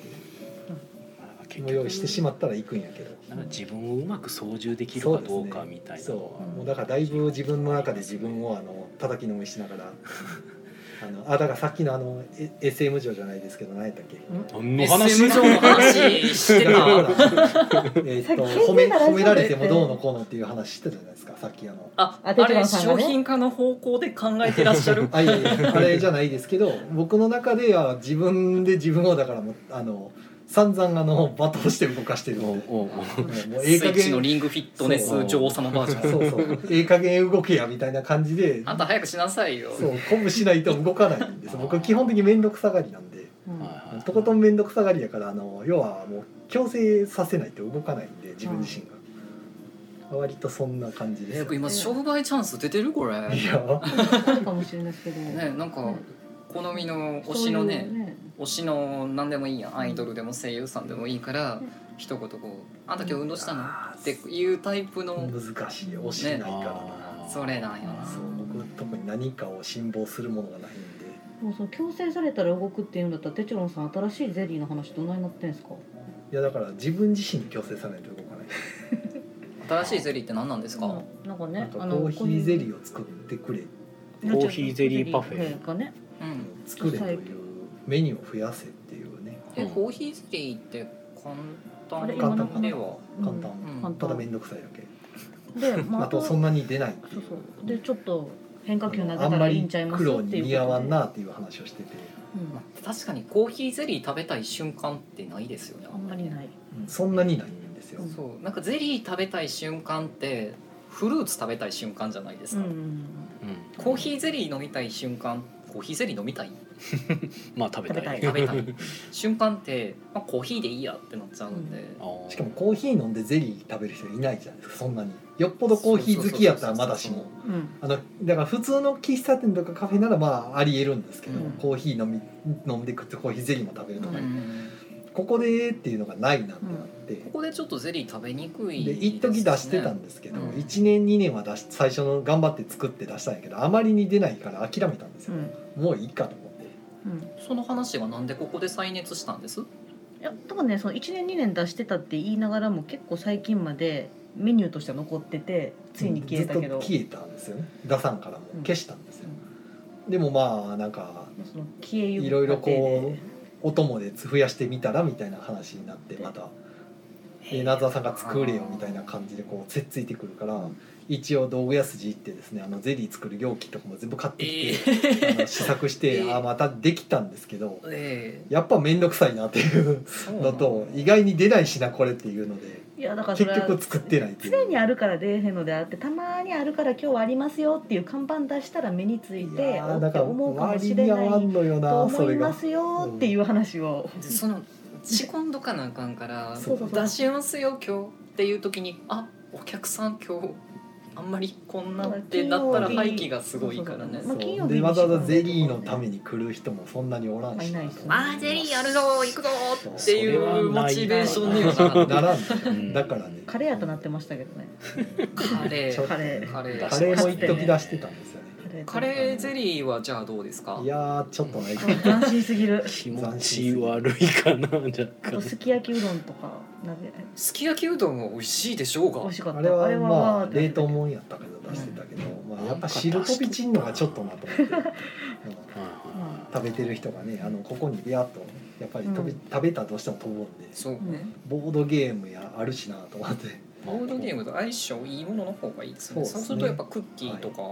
Speaker 1: 結
Speaker 2: もう用意
Speaker 1: 局
Speaker 2: してしまったら行くんやけど
Speaker 1: なんか自分をうまく操縦できるかどうかみたいな
Speaker 2: そう
Speaker 1: のは
Speaker 2: もうだからだいぶ自分の中で自分をあの叩きのめしながらあのあだからさっきのあのえ SM 城じゃないですけど何やったっけ
Speaker 1: 何の話
Speaker 6: SM 上の話してた
Speaker 2: えっ
Speaker 3: さっ
Speaker 2: と
Speaker 3: き
Speaker 2: 褒め
Speaker 3: 先生がラジ
Speaker 2: 褒
Speaker 3: オで
Speaker 2: められてもどうのこうのっていう話してたじゃないですかさっきあの
Speaker 6: あ
Speaker 3: あ
Speaker 6: あ
Speaker 3: 哲
Speaker 6: れ
Speaker 3: 郎さんが
Speaker 6: 商
Speaker 3: ね
Speaker 6: 品化の方向で考えてらっしゃる
Speaker 2: あいやいやあれじゃないですけど僕の中では自分で自分をだからもうあの散々あの罵倒して動かしてる
Speaker 1: お
Speaker 2: の
Speaker 1: う
Speaker 2: で
Speaker 1: おうおう
Speaker 2: うんもう
Speaker 6: ス
Speaker 2: え
Speaker 6: イ
Speaker 2: え加
Speaker 6: ッチの
Speaker 2: 減
Speaker 6: リングフィットネス女王様バージョン
Speaker 2: そうそうええ加減動けやみたいな感じで
Speaker 6: あんた早くしなさいよ
Speaker 2: そう鼓舞しないと動かないんです僕基本的に面倒くさがりなんで
Speaker 3: うん
Speaker 1: はいはい
Speaker 2: とことん面倒くさがりやからあの要はもう強制させないと動かないんで自分自身が、割とそんな感じです
Speaker 6: え今商売チャンス出てるこれ
Speaker 2: い
Speaker 6: ね
Speaker 2: や
Speaker 3: そうかもしれないですけど。
Speaker 6: なんか好みの推
Speaker 3: そうい
Speaker 6: し
Speaker 3: う
Speaker 6: のね推しの何でもいいやんアイドルでも声優さんでもいいから一言こう「あんた今日運動したの?」っていうタイプの
Speaker 2: 難しいよ教えないからな、
Speaker 6: それなんよ
Speaker 2: そ
Speaker 6: な
Speaker 2: う僕特に何かを辛抱するものがないんで
Speaker 3: もうその強制されたら動くっていうんだったらテチロンさん新しいゼリーの話どないなってんすか
Speaker 2: いやだから自分自身に強制さないと動かない
Speaker 6: 新しいゼリーって何なんですか
Speaker 3: なんか
Speaker 2: なん
Speaker 3: ね
Speaker 2: か
Speaker 3: あ
Speaker 2: コーヒーゼリ
Speaker 3: ー
Speaker 2: ーを作ってくれ
Speaker 1: コーヒーゼリーパフェ
Speaker 3: がね
Speaker 6: うん
Speaker 2: 作れというメニューを増やせっていうね
Speaker 6: えコーヒーゼリーって簡
Speaker 3: あ
Speaker 6: 単
Speaker 3: れ
Speaker 2: 今なんか
Speaker 6: では
Speaker 2: 簡
Speaker 3: う
Speaker 2: 単、
Speaker 3: ん簡
Speaker 2: ただ
Speaker 3: 単
Speaker 2: 面倒くさいだけ
Speaker 3: でまあ
Speaker 2: あ
Speaker 3: あと
Speaker 2: と
Speaker 3: そ
Speaker 2: そんなに出ないっていう
Speaker 3: うそうでちょっと変化球投げ
Speaker 2: あ
Speaker 3: た
Speaker 2: んま
Speaker 3: らいい
Speaker 2: り
Speaker 3: んちゃいます
Speaker 2: 苦労
Speaker 3: っ
Speaker 2: に
Speaker 3: てい
Speaker 2: 似合
Speaker 3: うこ
Speaker 2: わ
Speaker 3: と
Speaker 2: ん
Speaker 3: で
Speaker 2: なっていう話をしてて、
Speaker 3: うん
Speaker 6: 確かにコーヒーゼリー食べたい瞬間ってないですよね
Speaker 3: あんまりない
Speaker 2: そんなにないんですよ、
Speaker 3: うん
Speaker 6: そうなんかゼリー食べたい瞬間ってフルーツ食べたい瞬間じゃないです
Speaker 3: う
Speaker 6: か、
Speaker 3: ん
Speaker 1: うん
Speaker 6: コーヒーゼリー飲みたい瞬間コーヒーゼリー飲みたい
Speaker 1: まあ食べたい
Speaker 6: 食べたい瞬間って、まあ、コーヒーでいいやってなっちゃうんで、
Speaker 1: あー
Speaker 2: しかもコーヒー飲んでゼリー食べる人いないじゃないですかそんなによっぽどコーヒー好きやったらまだしも
Speaker 3: うん
Speaker 2: あのだから普通の喫茶店とかカフェならまあありえるんですけど、
Speaker 6: うん
Speaker 2: コーヒー飲み飲んで食ってコーヒーゼリーも食べると
Speaker 6: う
Speaker 2: か、
Speaker 6: ん
Speaker 2: ここでっていうのがないなってなって、
Speaker 6: ここでちょっとゼリー食べにくい
Speaker 2: で
Speaker 6: ですね
Speaker 2: 一時出してたんですけど、
Speaker 6: うん
Speaker 2: 1年2年は出し最初の頑張って作って出したんやけどあまりに出ないから諦めたんです
Speaker 3: う
Speaker 2: よ、
Speaker 3: ん
Speaker 2: もういいかと思って
Speaker 3: うん
Speaker 6: その話はなんでここで再熱したんです
Speaker 3: いや多分ねその1年2年出してたって言いながらも結構最近までメニューとしては残っててついに消えたけ
Speaker 2: ずっ
Speaker 3: ど
Speaker 2: と消えたんですよね出さんからも
Speaker 3: うん
Speaker 2: 消したんですよ、でもまあなんか
Speaker 3: その消えゆく
Speaker 2: いろいろこう
Speaker 3: 過程で
Speaker 2: お供で増やしてみたらみたいな話になってまたで名沢さんが作れよみたいな感じでこうせっついてくるから一応道具屋筋行ってですねあのゼリー作る容器とかも全部買ってきて、あの試作 して、
Speaker 6: えー
Speaker 2: あまたできたんですけど
Speaker 6: え
Speaker 2: やっぱ面倒くさいなっていう
Speaker 6: えそうな
Speaker 2: の
Speaker 6: ん
Speaker 2: と意外に出ないしなこれっていうので
Speaker 3: いやだからそれ
Speaker 2: 結
Speaker 3: は
Speaker 2: 局作ってないっていう
Speaker 3: 常にあるから出えへんのであってたまにあるから今日はありますよっていう看板出したら目につい
Speaker 2: い
Speaker 3: て
Speaker 2: や
Speaker 3: お
Speaker 2: ー
Speaker 3: っ
Speaker 2: だ
Speaker 3: て
Speaker 2: から
Speaker 3: 思うかもし
Speaker 2: 割
Speaker 3: れ
Speaker 2: に合
Speaker 3: な
Speaker 2: わ
Speaker 3: い
Speaker 2: んのよ
Speaker 3: と
Speaker 2: なそ
Speaker 3: 思い
Speaker 2: れが
Speaker 3: ますよっていう話を
Speaker 6: でその仕込んどかなあかんから
Speaker 2: そうそう
Speaker 3: そう
Speaker 6: 出しますよ今日っていう時にあお客さん今日あんまりこんなんってなったら廃棄がすごいからね
Speaker 3: まあ金曜日
Speaker 2: で
Speaker 3: に
Speaker 2: わざわざゼリーのために来る人もそんなにおらんし
Speaker 3: いないですね
Speaker 5: あーゼリーやるぞ行くぞ
Speaker 2: そう
Speaker 6: っていうモチベーションには
Speaker 2: な
Speaker 6: ならない
Speaker 2: らん
Speaker 1: う
Speaker 2: の
Speaker 1: ん
Speaker 2: だからね
Speaker 3: カレーやとなってましたけどね
Speaker 6: カレ
Speaker 2: ちょっ
Speaker 6: ー
Speaker 2: と
Speaker 3: カレー
Speaker 6: カレー
Speaker 2: カレーも一時出してたんですよね
Speaker 6: カレーゼ
Speaker 3: リ
Speaker 6: リーはじゃあどうですか
Speaker 2: いやーちょっとない
Speaker 3: 斬新すぎ る
Speaker 1: 気持ち悪いかな若
Speaker 3: あと
Speaker 1: 干
Speaker 3: すき焼きうどんとか鍋
Speaker 6: すき焼きうどんは美味しいでしょう
Speaker 3: 美
Speaker 6: が
Speaker 3: 味しかった
Speaker 2: あれはま
Speaker 3: わー
Speaker 2: あ
Speaker 3: って
Speaker 2: 冷凍もんやったけど出してたけど、まあ、やっぱ汁飛び散んのがちょっとなと思って、うん
Speaker 3: ま
Speaker 2: 食べてる人がねあのここにビャッとやっぱり飛び、
Speaker 3: うん
Speaker 2: 食べたらどうしても飛ぶんで
Speaker 6: そう
Speaker 3: あね
Speaker 6: ね
Speaker 2: ボードゲームやあるしなと思って
Speaker 6: ボードゲームと相性いいものの方がいいですね
Speaker 2: そうです
Speaker 6: そ
Speaker 2: ね
Speaker 6: うするとやっぱクッキーとか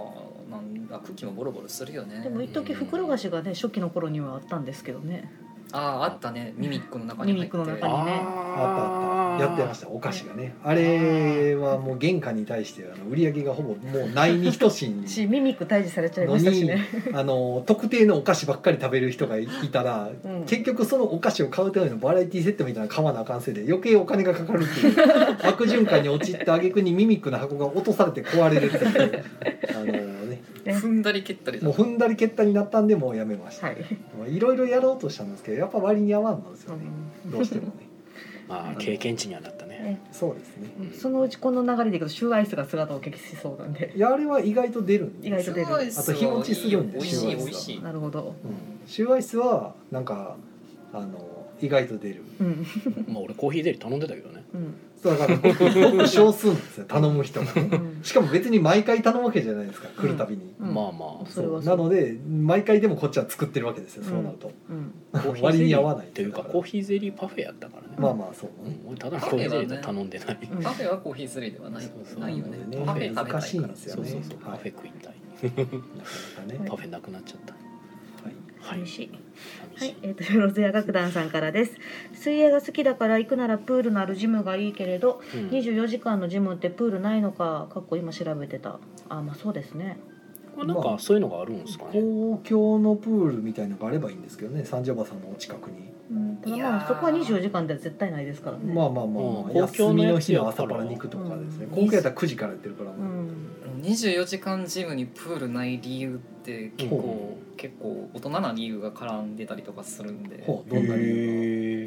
Speaker 6: なんあクッキーもボロボロするよね
Speaker 3: でも一時袋菓子がね初期の頃にはあったんですけどね
Speaker 6: あああったねミミックの中に入って
Speaker 3: ミミックの中に
Speaker 2: あ
Speaker 1: あ
Speaker 2: ったあったやってましたお菓子がねあれはもう原価に対してあの売り上げがほぼもうないに等し い
Speaker 3: しミミック退治されちゃい
Speaker 2: の
Speaker 3: ましたし
Speaker 2: に
Speaker 3: ね
Speaker 2: あの特定のお菓子ばっかり食べる人がいいたら、
Speaker 3: うん
Speaker 2: 結局そのお菓子を買うためのバラエティセットみたいなの買わなあかんせいで余計お金がかかるっていう悪循環に陥った挙句にミミックの箱が落とされて壊れるっていう あのね
Speaker 6: 踏んだり蹴ったりだ
Speaker 2: もう踏んだり蹴ったりになったんでもうやめました、
Speaker 3: はい
Speaker 2: まあいろいろやろうとしたんですけどやっぱ割に合わんのですよね、どうしても ね
Speaker 1: まあ経験値にはなったね
Speaker 2: そうですね
Speaker 3: そのうちこの流れでいくとシューアイスが姿を消しそうなんで
Speaker 2: いやあれは意外と出るんで
Speaker 3: 意外と出る
Speaker 6: あ
Speaker 2: あと日持ちするんで
Speaker 6: 美味し
Speaker 2: 塩
Speaker 6: い
Speaker 2: 味が
Speaker 6: 美味しい
Speaker 3: なるほど
Speaker 2: うんシューアイスはなんかあの意外と出る
Speaker 3: うん
Speaker 1: まあ俺コーヒーゼリー頼んでたけどね
Speaker 3: うん
Speaker 2: そうだからごく少数なんですよ頼む人が ね
Speaker 3: うん
Speaker 2: しかも別に毎回頼むわけじゃないですか来るたびに、
Speaker 3: うん
Speaker 1: まあまあ
Speaker 3: それはそ
Speaker 2: な
Speaker 3: う
Speaker 2: ので毎回でもこっちは作ってるわけですよそうなると、
Speaker 3: うん
Speaker 1: コーヒー
Speaker 2: 割
Speaker 1: ゼリ
Speaker 2: に合
Speaker 1: ー
Speaker 2: わ
Speaker 1: っ
Speaker 2: ない
Speaker 1: ていうか
Speaker 2: だら
Speaker 1: コーヒーゼリーパフェやったからね、
Speaker 2: まあまあそう
Speaker 1: う
Speaker 2: ね
Speaker 1: ん、俺ただのコーヒーゼリーと頼んでない、
Speaker 3: うん
Speaker 6: カフェはコーヒーゼリーではない
Speaker 1: そうそう
Speaker 6: ない
Speaker 2: な
Speaker 6: よ
Speaker 2: ので
Speaker 6: ね
Speaker 2: ね
Speaker 6: パフェ食べた
Speaker 2: 難
Speaker 6: い
Speaker 2: しい
Speaker 6: か
Speaker 2: ん
Speaker 6: ら
Speaker 2: ですよ
Speaker 1: そう
Speaker 2: ね
Speaker 1: そうそう、
Speaker 2: は
Speaker 1: パ
Speaker 2: い
Speaker 1: フェ食いたい
Speaker 2: なかなかね
Speaker 1: パフェなくなっちゃったはい
Speaker 3: 寂しい
Speaker 1: 寂
Speaker 3: は
Speaker 1: し
Speaker 3: い、えっ、と、ロゼア楽団さんからです。水泳が好きだから行くならプールのあるジムがいいけれど、
Speaker 1: い、うん
Speaker 3: 24時間のジムってプールないのか、かっこ今調べてた。あ、まあそうですね。
Speaker 1: これなんかそういうのがあるんですかね、
Speaker 2: 公共のプールみたいなのがあればいいんですけどね三条馬さんのお近くに、
Speaker 3: うん、ただ
Speaker 5: いや
Speaker 3: まあ
Speaker 5: ー
Speaker 3: そこは24時間では絶対ないですからね。
Speaker 2: まあまあまあ
Speaker 1: う
Speaker 2: ま
Speaker 1: ん
Speaker 2: あ休み
Speaker 1: 公共の
Speaker 2: の日の
Speaker 1: やつや
Speaker 2: 朝
Speaker 1: った
Speaker 2: かららに行くとかですね
Speaker 3: うん
Speaker 2: 公共やったら9時からやってるから
Speaker 3: う
Speaker 2: も
Speaker 3: ん。
Speaker 6: 24時間ジムにプールない理由って結構、結構大人な理由が絡んでたりとかするんで、
Speaker 2: ほう
Speaker 1: へ
Speaker 2: どんな理由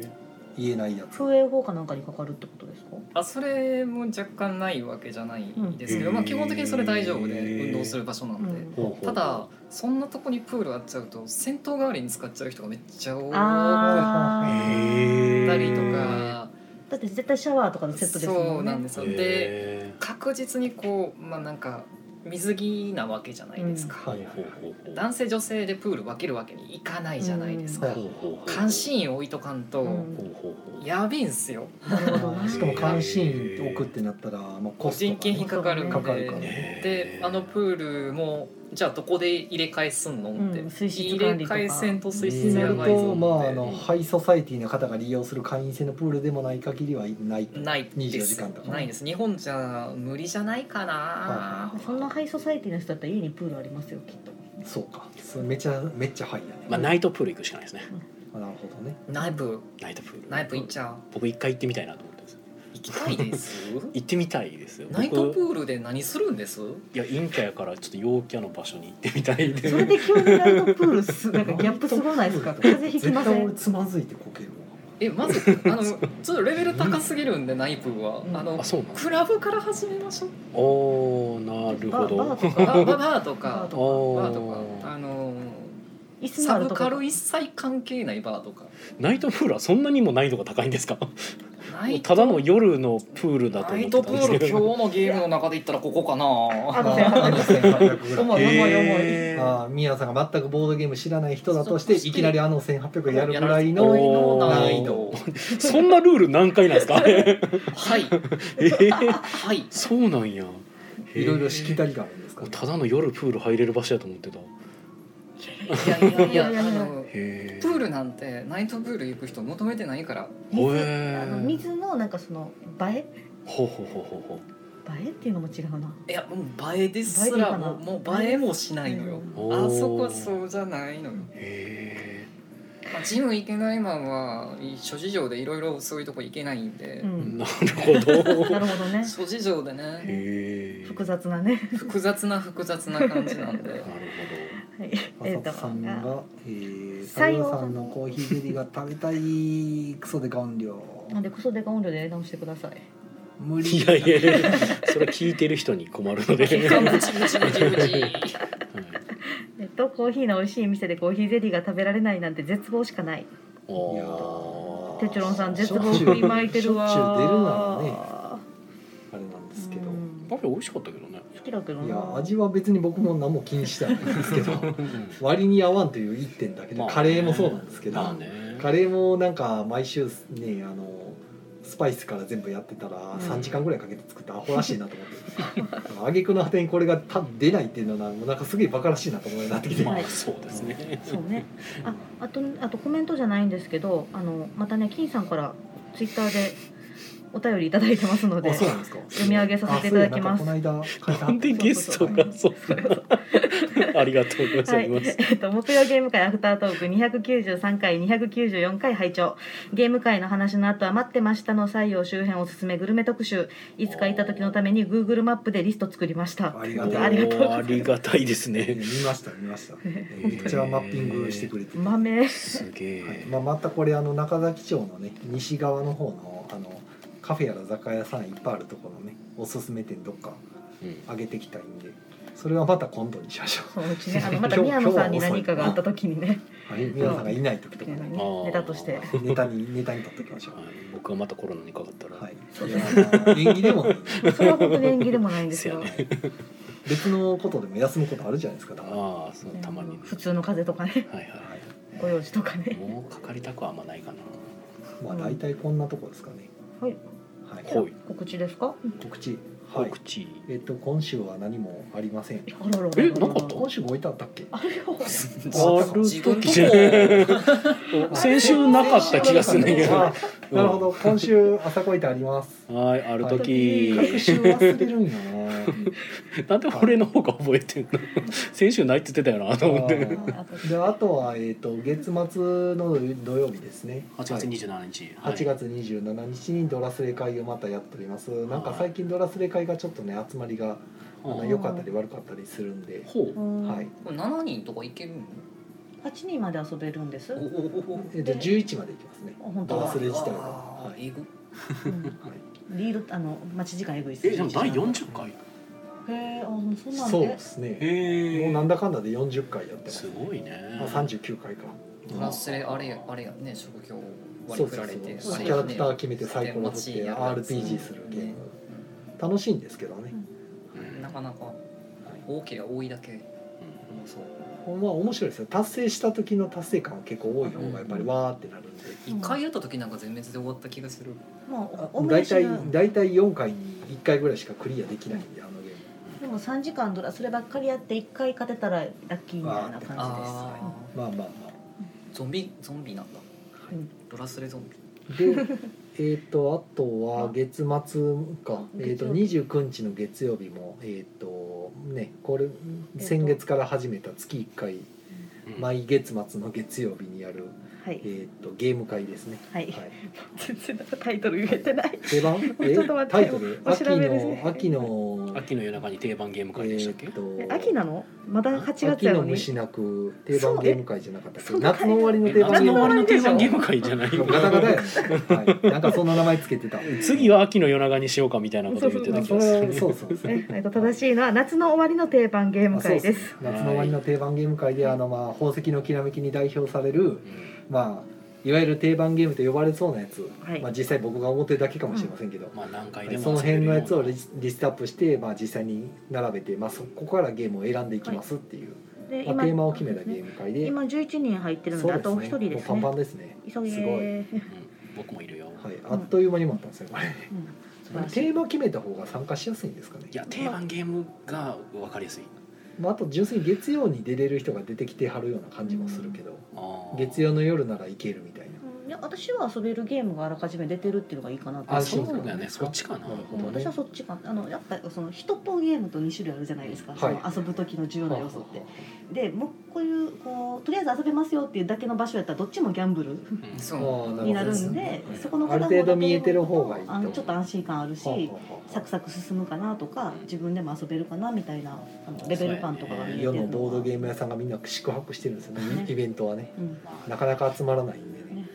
Speaker 1: え
Speaker 2: か言えないやつ
Speaker 3: 風営法かなんかにかかるってことですか。
Speaker 6: あそれも若干ないわけじゃないですけど、
Speaker 1: うん
Speaker 6: まあ、基本的にそれ大丈夫で
Speaker 1: へー
Speaker 6: 運動する場所なんで、
Speaker 3: うん
Speaker 1: ほうほう
Speaker 6: ただそんなとこにプールあっちゃうと銭湯代わりに使っちゃう人がめっちゃ多か
Speaker 3: あー
Speaker 1: へー
Speaker 6: ったりとか、
Speaker 3: だって絶対シャワーとかのセットですもんね。
Speaker 6: そうなんですよで
Speaker 1: へ
Speaker 6: 確実にこうまあなんか水着なわけじゃないです
Speaker 1: ー
Speaker 6: か、
Speaker 1: はいほうほうほう
Speaker 6: 男性女性でプール分けるわけにいかないじゃないですか、
Speaker 2: うん
Speaker 1: ほうほうほう
Speaker 6: 監視員置いとかんと、
Speaker 3: うん
Speaker 1: ほうほうほう
Speaker 6: やべえんすよ
Speaker 3: なるほど
Speaker 2: まあ
Speaker 3: ね。
Speaker 2: しかも監視員置くってなったら、まあ、コストが、
Speaker 6: 人
Speaker 2: ね、
Speaker 6: 件費かかるんで
Speaker 2: かかるから
Speaker 1: ね
Speaker 6: であのプールもじゃあどこで入れ替えすんのって、
Speaker 3: うん水質
Speaker 6: 入れ
Speaker 3: 管理とか
Speaker 6: 替えせんと水
Speaker 1: うん
Speaker 6: 質
Speaker 2: な
Speaker 6: や
Speaker 2: る
Speaker 6: ばいぞ
Speaker 2: と、まあ、あ
Speaker 6: っ
Speaker 2: のハイソサイティの方が利用する会員制のプールでもない限りはない
Speaker 6: てない
Speaker 2: 24
Speaker 6: で
Speaker 2: 時
Speaker 6: す
Speaker 2: 間とか
Speaker 6: ないです日本じゃ無理じゃないかな、
Speaker 3: そんなハイソサイティの人だったら家にプールありますよきっと。
Speaker 2: そうかそれめちゃめっちゃハイだね、
Speaker 1: まあナイトプール行くしかないですね
Speaker 2: あなるほどね
Speaker 6: 内部
Speaker 1: ナイトプール
Speaker 6: 内部行っちゃう
Speaker 1: 僕一回行ってみたいなと思ってます
Speaker 6: 行きたいです
Speaker 1: 行ってみたいですよ
Speaker 6: ナイトプ
Speaker 1: ル
Speaker 6: ールで何するんです
Speaker 1: いや陰キャやからちょっと陽キャの場所に行ってみたい
Speaker 3: それで急にナイトプールすなんかギャップすごないですか。風邪ひきませ
Speaker 2: 絶対
Speaker 3: ん
Speaker 2: 俺。つまずいてこける
Speaker 6: えまずあのちょっとレベル高すぎるんで内部は、
Speaker 3: うん
Speaker 6: あ
Speaker 1: あ
Speaker 6: の
Speaker 1: そうなの
Speaker 6: クラブから始めましょう
Speaker 1: おーなるほ
Speaker 3: バーバ
Speaker 1: ど
Speaker 3: ーと
Speaker 6: バー
Speaker 3: か
Speaker 6: バーとか
Speaker 3: バー
Speaker 6: バ
Speaker 1: お
Speaker 6: ー
Speaker 1: ー
Speaker 6: とかあの
Speaker 3: 椅子も
Speaker 6: サ
Speaker 3: ある
Speaker 6: ブ
Speaker 3: と
Speaker 6: カ
Speaker 3: か。
Speaker 6: ル一切関係ないバーとか
Speaker 1: ナイトプールはそんなにも難易度が高いんですか
Speaker 6: ナイト
Speaker 1: ただの夜のプールだと
Speaker 6: ナ
Speaker 1: 思っ
Speaker 6: イ
Speaker 1: て
Speaker 6: ト
Speaker 1: た
Speaker 6: プ
Speaker 1: んです
Speaker 6: ール
Speaker 1: け
Speaker 6: 今
Speaker 1: ど
Speaker 6: 日のゲームの中で言ったらここか
Speaker 3: あ
Speaker 6: な
Speaker 3: の
Speaker 2: 1800ぐら
Speaker 3: 重い重い重い。
Speaker 1: へー
Speaker 2: ああ宮さんが全くボードゲーム知らない人だとして
Speaker 6: そう
Speaker 2: いきなりあの1800やるぐらい
Speaker 1: やらない
Speaker 2: の
Speaker 1: おー
Speaker 6: 難易度
Speaker 1: そんなルール何回なんですかえ
Speaker 6: はい
Speaker 1: ー
Speaker 6: はい
Speaker 1: そうなんやへー
Speaker 2: いろいろしきたりがあるんですか、ね、
Speaker 1: ただの夜プール入れる場所やと思ってたへ
Speaker 6: いやいやい
Speaker 3: いや
Speaker 6: や
Speaker 3: いやいや
Speaker 6: あの
Speaker 1: え
Speaker 6: プールなんてナイトプール行く人求めてないから
Speaker 1: ほ
Speaker 3: 水
Speaker 1: え
Speaker 3: あの水のなんかその映え
Speaker 1: ほうほうほうほうほう
Speaker 3: 映えっていうのも違うな。
Speaker 6: いやもう映えですらもうもう映えもしないのよ
Speaker 1: おー
Speaker 6: あそこはそうじゃないのよ
Speaker 1: へ
Speaker 6: まあジム行けないマンは諸事情でいろいろそういうとこ行けないんで
Speaker 1: え
Speaker 3: う、ん。
Speaker 1: なるほ
Speaker 3: な
Speaker 1: ど
Speaker 3: るほどね。
Speaker 6: 諸事情でね
Speaker 1: へえ
Speaker 3: 複雑なね。
Speaker 6: 複雑な複雑な感じなんで
Speaker 1: なる
Speaker 3: はい。え
Speaker 2: 浅
Speaker 3: っと
Speaker 2: 草さん
Speaker 3: あ
Speaker 2: が、えー、
Speaker 3: 採
Speaker 2: 採
Speaker 3: 用
Speaker 2: 用
Speaker 3: さん
Speaker 2: さんのコーヒーゼリーが食べたいクソで顔料
Speaker 3: なんでクソデカ音量でやり直してください。
Speaker 1: ほ
Speaker 2: 無
Speaker 1: どい
Speaker 2: 理
Speaker 1: やいやいやそれ聞いてる人に困るの で、
Speaker 6: ブチブチブチブチ
Speaker 1: はい
Speaker 3: えっとコーヒーの美味しい店でコーヒーゼリーが食べられないなんて絶望しかない。
Speaker 1: おー
Speaker 2: いやー
Speaker 3: テチョロンさん
Speaker 2: しょっ
Speaker 3: 絶
Speaker 2: ちゅう
Speaker 3: 望振りまいてるわー。
Speaker 2: しょっちゅう出るならあれなんですけど、
Speaker 3: うん
Speaker 1: パフェ美味しかったけどね
Speaker 3: 好きだけど
Speaker 2: いや
Speaker 3: な。
Speaker 2: 味は別に僕も何も気にしてはないんですけど割に合わんという一点だけで、
Speaker 1: まあね
Speaker 2: カレーもそうなんですけど、
Speaker 1: まあね
Speaker 2: カレーもなんか毎週ねあのスパイスから全部やってたら
Speaker 3: ん
Speaker 2: 3時間ぐらいかけて作ったアホらしいなと思って、あげくの果てにこれが多分出ないっていうのはなんかすげえバカらしいなと思いなってきて、
Speaker 1: まあそうですね
Speaker 3: そうね。あ、あと、あとコメントじゃないんですけど、あの、またね、金さんからツイッターで。お便りいただいてますので
Speaker 2: あ。そうなんですか
Speaker 3: 読み上げさせていただきます
Speaker 2: あそうやなんかこの間書いてあ
Speaker 1: な
Speaker 2: った
Speaker 1: んでゲストがそうありがとうござ
Speaker 3: はいい、
Speaker 1: ます、
Speaker 3: えっと、木曜ゲーム会アフタートーク293回294回拝聴ゲーム会の話の後は待ってましたの採用周辺おすすめグルメ特集いつか行った時のために Google マップでリスト作りました
Speaker 2: あり
Speaker 1: お
Speaker 2: が
Speaker 1: ー
Speaker 2: とう
Speaker 3: ありがとうござい
Speaker 1: あ
Speaker 3: ます
Speaker 1: りがたいです
Speaker 2: え
Speaker 1: ね
Speaker 2: 見ました見ま しためっちゃマッピングしてくれてて、は
Speaker 3: 豆
Speaker 1: すげえ、
Speaker 2: いまあ、またこれあの中崎町のね西側の方のあのカフェやら雑貨屋さんいっぱいあるところのねおすすめ店どっか
Speaker 1: うん
Speaker 2: 上げてきたいんでそれはまた今度にしましょ
Speaker 3: そのうちねあのまた宮野さんに何かがあった時にね
Speaker 2: う。はい、皆さんがいない時とかね、
Speaker 3: ねネタとして
Speaker 2: ネタにネタに取っておきましょ
Speaker 1: はい僕はまたコロナにかかったら、
Speaker 2: う。はい。いや演技でも
Speaker 3: それは本当に縁起でもないんですよ
Speaker 1: せや
Speaker 2: 別のことでも休むことあるじゃないですか。たまに
Speaker 1: ああそうたまに、ね、
Speaker 3: 普通の風邪とかね
Speaker 1: はいは
Speaker 2: はい。
Speaker 3: ご用事とかね
Speaker 1: いもうかかりたくはあんまないかな
Speaker 2: まあ大体こんなとこですかね。
Speaker 3: はい。
Speaker 2: はい。
Speaker 1: ほい
Speaker 3: 告知ですか
Speaker 2: 告知。はい。
Speaker 1: 告知、
Speaker 2: えっと今週は何もありません。
Speaker 3: あらららら
Speaker 1: えなかった
Speaker 2: 今週も置いてあったっけ？
Speaker 3: あ るよ
Speaker 1: ある
Speaker 6: 自分
Speaker 1: 時
Speaker 6: とこ
Speaker 1: 先週なかった気がするんだけ
Speaker 2: あ
Speaker 1: ど
Speaker 2: なるほど。今週朝こいてあります。
Speaker 1: はいある
Speaker 2: 学
Speaker 1: 時
Speaker 2: 習忘れるんよ ね。
Speaker 1: なんで俺の方が覚えてんの 先週ないって言ってたよなと思って
Speaker 2: あーであとはえっ、と月末の土曜日ですね。
Speaker 1: 8月27日、
Speaker 2: はい。8月27日にドラスレ会をまたやっております。なんか最近ドラスレ会がちょっとね集まりがあの
Speaker 1: はい
Speaker 2: 良かったり悪かったりするんで、
Speaker 1: ほう
Speaker 2: はい。
Speaker 6: れ7人とかいけるの
Speaker 3: 八人まで遊べるんです。
Speaker 6: おおおお
Speaker 2: えっ、と11まで行きますね。
Speaker 3: 本当
Speaker 2: ドラ
Speaker 3: は
Speaker 2: スレ自体が。
Speaker 6: あ
Speaker 2: は
Speaker 6: ー
Speaker 2: い。
Speaker 6: えぐ
Speaker 3: うん
Speaker 2: はい
Speaker 3: リードあの待ち時間えぐいです。
Speaker 1: えでも第40回
Speaker 3: へえあそうなん
Speaker 2: そう
Speaker 3: で
Speaker 2: で。すね。
Speaker 1: へ
Speaker 2: もうなん
Speaker 1: だ
Speaker 2: だかんだで40回やってます
Speaker 1: す。ごいね
Speaker 2: あ39回か。
Speaker 6: ドラスレあれやあれやね職業
Speaker 2: そ
Speaker 6: 割り
Speaker 2: う
Speaker 6: 振
Speaker 2: そう
Speaker 6: られて
Speaker 2: そう
Speaker 6: あれ
Speaker 2: キャ
Speaker 6: や
Speaker 2: ラ
Speaker 6: ね
Speaker 2: クター決めてサイコロ振って
Speaker 6: で街やるやつ
Speaker 2: RPG するゲーム
Speaker 6: ね。
Speaker 2: 楽しいんですけどね。
Speaker 1: うん
Speaker 6: なかなか多ければ多いだけ
Speaker 2: そう。ほんま面白いですよ。達成した時の達成感は結構多い方がやっぱりわーってなるんで。
Speaker 6: 一回やった時なんか全滅で終わった気がする
Speaker 3: もうおおむね
Speaker 2: 大
Speaker 3: 死ぬ
Speaker 2: 体大体4回に1回ぐらいしかクリアできないんであのゲ
Speaker 3: でも三時間ドラそればっかりやって一回勝てたらラッキーみたいな感じです。
Speaker 6: あ
Speaker 2: ームまあまあま
Speaker 6: ーゾンビゾンビなんだ
Speaker 2: い
Speaker 6: ドラスレゾンビ
Speaker 2: あ でえっとあとは月末か、えー、と29日の月曜日もえっ、とねこれ先月から始めた月1回毎月末の月曜日にやる、
Speaker 3: はい
Speaker 2: えっとゲーム会ですね、
Speaker 3: はい。
Speaker 2: はい、
Speaker 3: 全然なんかタイトル言えてない。
Speaker 2: 出番え
Speaker 3: ちょっと待って
Speaker 2: タイトル
Speaker 3: お調
Speaker 2: 秋
Speaker 3: べですね
Speaker 2: の秋の
Speaker 1: 秋の夜中に定番ゲーム会でしたっけ、
Speaker 2: えー
Speaker 3: え
Speaker 2: と
Speaker 3: 秋なの？まだ八月
Speaker 2: 秋
Speaker 3: や
Speaker 2: の
Speaker 3: のに。
Speaker 2: 虫なく定番ゲーム会じゃなかったっけ
Speaker 3: そうえ
Speaker 2: 夏の終わりの
Speaker 1: え
Speaker 2: 定番
Speaker 1: 夏
Speaker 2: ゲ
Speaker 1: の終
Speaker 2: ーム
Speaker 1: わり
Speaker 2: 会
Speaker 1: の定番ゲーム会じゃないよ
Speaker 2: ガタガタやね、はい、なんかそんな名前つけてた
Speaker 1: 次は秋の夜長にしようかみたいなこと言ってた気
Speaker 2: そ
Speaker 1: がす
Speaker 2: れ
Speaker 1: る
Speaker 2: そうそうそう
Speaker 3: ええっと正しいのは夏の終わりの定番ゲーム会です。
Speaker 2: 夏の終わりの定番ゲーム会であの、まあ、宝石のきらめきに代表される、
Speaker 1: うん
Speaker 2: まあ、いわゆる定番ゲームと呼ばれそうなやつ、
Speaker 3: はい
Speaker 2: まあ、実際僕が思ってるだけかもしれませんけど、
Speaker 1: まあ何回
Speaker 2: はい
Speaker 1: でも
Speaker 2: その
Speaker 1: 遊べる
Speaker 2: 辺
Speaker 1: よ
Speaker 2: の
Speaker 1: う
Speaker 2: やつをリスリストアップして、まあ、実際に並べて、まあ、そこからゲームを選んでいきますっていう、
Speaker 3: で
Speaker 2: まあ、テーマを決めたゲーム会で
Speaker 3: 今十一人入ってるの
Speaker 2: そう
Speaker 3: で
Speaker 2: です
Speaker 3: あ
Speaker 2: ね
Speaker 3: とお一人で
Speaker 2: もう
Speaker 3: す
Speaker 2: パン
Speaker 3: ね
Speaker 2: パ。ンですねす
Speaker 3: 急
Speaker 2: ごい、
Speaker 3: げ
Speaker 2: はい、
Speaker 1: う
Speaker 3: ー。
Speaker 1: ん僕もいるよ
Speaker 2: あっという間にもあったんですよこれ、
Speaker 3: うん素晴
Speaker 2: まあ
Speaker 3: らし
Speaker 2: テ
Speaker 3: い
Speaker 2: ーマ決めた方が参加しやすいんですかね
Speaker 1: いや定番ゲームが分かりやすい
Speaker 2: まあ、あと純粋に月曜に出れる人が出てきてはるような感じもするけど、
Speaker 1: あー
Speaker 2: 月曜の夜ならいけるみたいな
Speaker 3: うんいや私は遊べるゲームがあらかじめ出てるっていうのがいいかなと
Speaker 2: 安
Speaker 1: そ
Speaker 2: 心
Speaker 1: う
Speaker 2: 感
Speaker 1: だよねそっちかな
Speaker 2: なるほ
Speaker 3: うん
Speaker 2: どね
Speaker 3: 私はそっちかあのやっぱその人とゲームと2種類あるじゃないですか、
Speaker 2: はい
Speaker 3: その遊ぶ時の重要な要素ってでもうこういうこうとりあえず遊べますよっていうだけの場所やったらどっちもギャ ンブル
Speaker 1: うん
Speaker 6: そ
Speaker 2: あ
Speaker 6: う
Speaker 2: ー
Speaker 3: に
Speaker 2: な
Speaker 3: な
Speaker 2: る
Speaker 3: る
Speaker 2: ほ
Speaker 3: ん
Speaker 2: ど
Speaker 3: で
Speaker 2: うん
Speaker 3: そこの
Speaker 2: ある程度見えてる方がいいと
Speaker 3: あのちょっと安心感あるし
Speaker 2: はあはあ
Speaker 3: サクサク進むかなとか自分でも遊べるかなみたいなあのレベル感とかが見えてる
Speaker 2: 世のボードゲ
Speaker 3: ム、
Speaker 2: ーム屋さんがみんな宿泊してるんですよね
Speaker 3: ね
Speaker 2: イベントはね
Speaker 3: うん
Speaker 1: ま
Speaker 2: なかなか集まらないんでね
Speaker 3: ね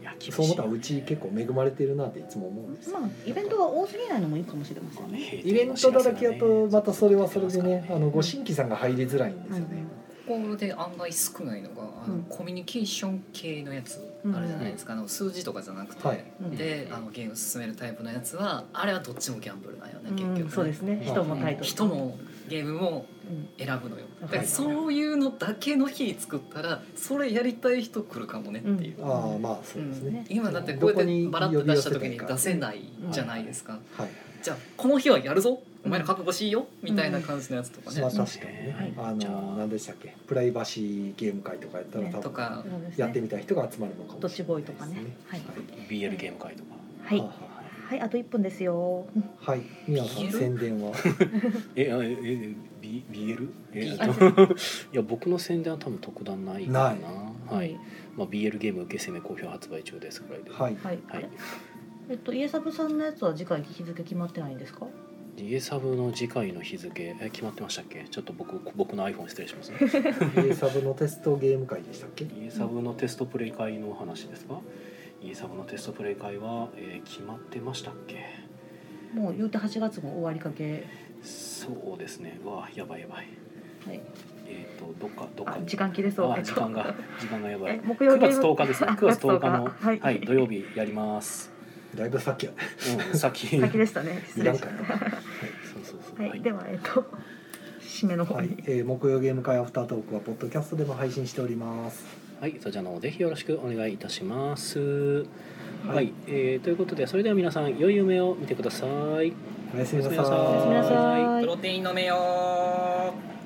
Speaker 1: あいや厳しい
Speaker 2: そう思ったらうち結構恵まれてるなっていつも思うんです
Speaker 3: まあイベントが多すぎないのもいいかもしれませんね
Speaker 2: イベントだらけやとまたそれはそれでねあのご新規さんが入りづらいんですよね、
Speaker 6: ここで案外少ないのがあの、
Speaker 3: うん
Speaker 6: コミュニケーション系のやつ
Speaker 3: うん
Speaker 6: あるじゃないですか、あの数字とかじゃなくて、
Speaker 2: はい
Speaker 3: うん
Speaker 6: であのゲームを進めるタイプのやつはあれはどっちもギャンブルなんよね、
Speaker 3: うん
Speaker 6: 結局、
Speaker 3: そうですね人もタイトル
Speaker 6: 人もゲームも
Speaker 3: うん
Speaker 6: 選ぶのよ、だか
Speaker 3: は
Speaker 6: ら
Speaker 3: い
Speaker 6: そういうのだけの日作ったらそれやりたい人来るかもねっていう、
Speaker 2: ああまあそうですね、
Speaker 3: うん
Speaker 6: 今だってこうやってバラッと出した時に
Speaker 2: どこに呼び寄せたいか
Speaker 6: 出せないじゃないですか、
Speaker 2: はい
Speaker 6: じゃあこの日はやるぞお前ら覚悟しいよみたいな感じのやつとかね、
Speaker 2: まあ確かにね、
Speaker 1: はい
Speaker 2: あ
Speaker 1: じゃあ
Speaker 2: の何でしたっけプライバシーゲーム会とかやったら多
Speaker 6: と
Speaker 2: 分
Speaker 6: か
Speaker 3: そうですね
Speaker 2: やってみたい人が集まるのかも
Speaker 3: ドッ
Speaker 2: しれ
Speaker 3: ジ
Speaker 2: ない
Speaker 3: ボ
Speaker 2: で
Speaker 3: ーイ
Speaker 2: す
Speaker 3: とかね
Speaker 2: ね
Speaker 3: はい
Speaker 1: に BL ゲーム会とか
Speaker 3: は
Speaker 2: はい
Speaker 3: はいあと1分ですよ
Speaker 2: はいはい宮野さん宣伝は
Speaker 1: えあええ B BL え
Speaker 6: BL
Speaker 1: あと いや僕の宣伝は多分特段ないかな
Speaker 2: ない
Speaker 1: はいまあ BL ゲーム受け攻め好評発売中ですぐらいでは
Speaker 2: はい
Speaker 3: はい、あ
Speaker 1: い
Speaker 3: れえっと、家サブさんのやつは次回日付決まってないんですか。
Speaker 1: リエサブの次回の日付え決まってましたっけちょっと僕僕の iPhone 失礼しますね
Speaker 2: A サブのテストゲーム会でしたっけ
Speaker 1: リエサブのテストプレイ会のお話ですかリエサブのテストプレイ会は、えー決まってましたっけ
Speaker 3: もう言うて8月も終わりかけ。
Speaker 1: そうですねわあやばいやばい
Speaker 3: はい
Speaker 1: えっ、とどっかどっ
Speaker 3: あ
Speaker 1: か
Speaker 3: 時間切れそう
Speaker 1: あ
Speaker 3: えっと
Speaker 1: 時間が時間がやば
Speaker 3: え
Speaker 1: い
Speaker 3: 木曜
Speaker 1: 9
Speaker 3: ゲー
Speaker 1: 月
Speaker 3: ム
Speaker 1: 10日ですね
Speaker 3: あ
Speaker 1: 9月10日の
Speaker 3: 9月10日
Speaker 1: は
Speaker 3: はい
Speaker 1: い土曜日やります
Speaker 2: だいぶさっき や
Speaker 1: うん先
Speaker 3: 先でしたね失
Speaker 2: いらん
Speaker 3: 礼し
Speaker 2: か
Speaker 3: ま
Speaker 2: い
Speaker 3: し
Speaker 1: そうそうそう
Speaker 3: たはいではえっと締めの方
Speaker 2: はい
Speaker 3: に、
Speaker 2: えー木曜ゲーム会アフタートークはポッドキャストでも配信しております
Speaker 1: はい、そちらの方ぜひよろしくお願いいたします。はい、
Speaker 2: はい
Speaker 1: えーということで、それでは皆さん、良い夢を見てください。
Speaker 2: おやすみなさ
Speaker 1: おやすみなさい
Speaker 2: ーい
Speaker 3: おやすみなさい
Speaker 6: プロテイン飲めよー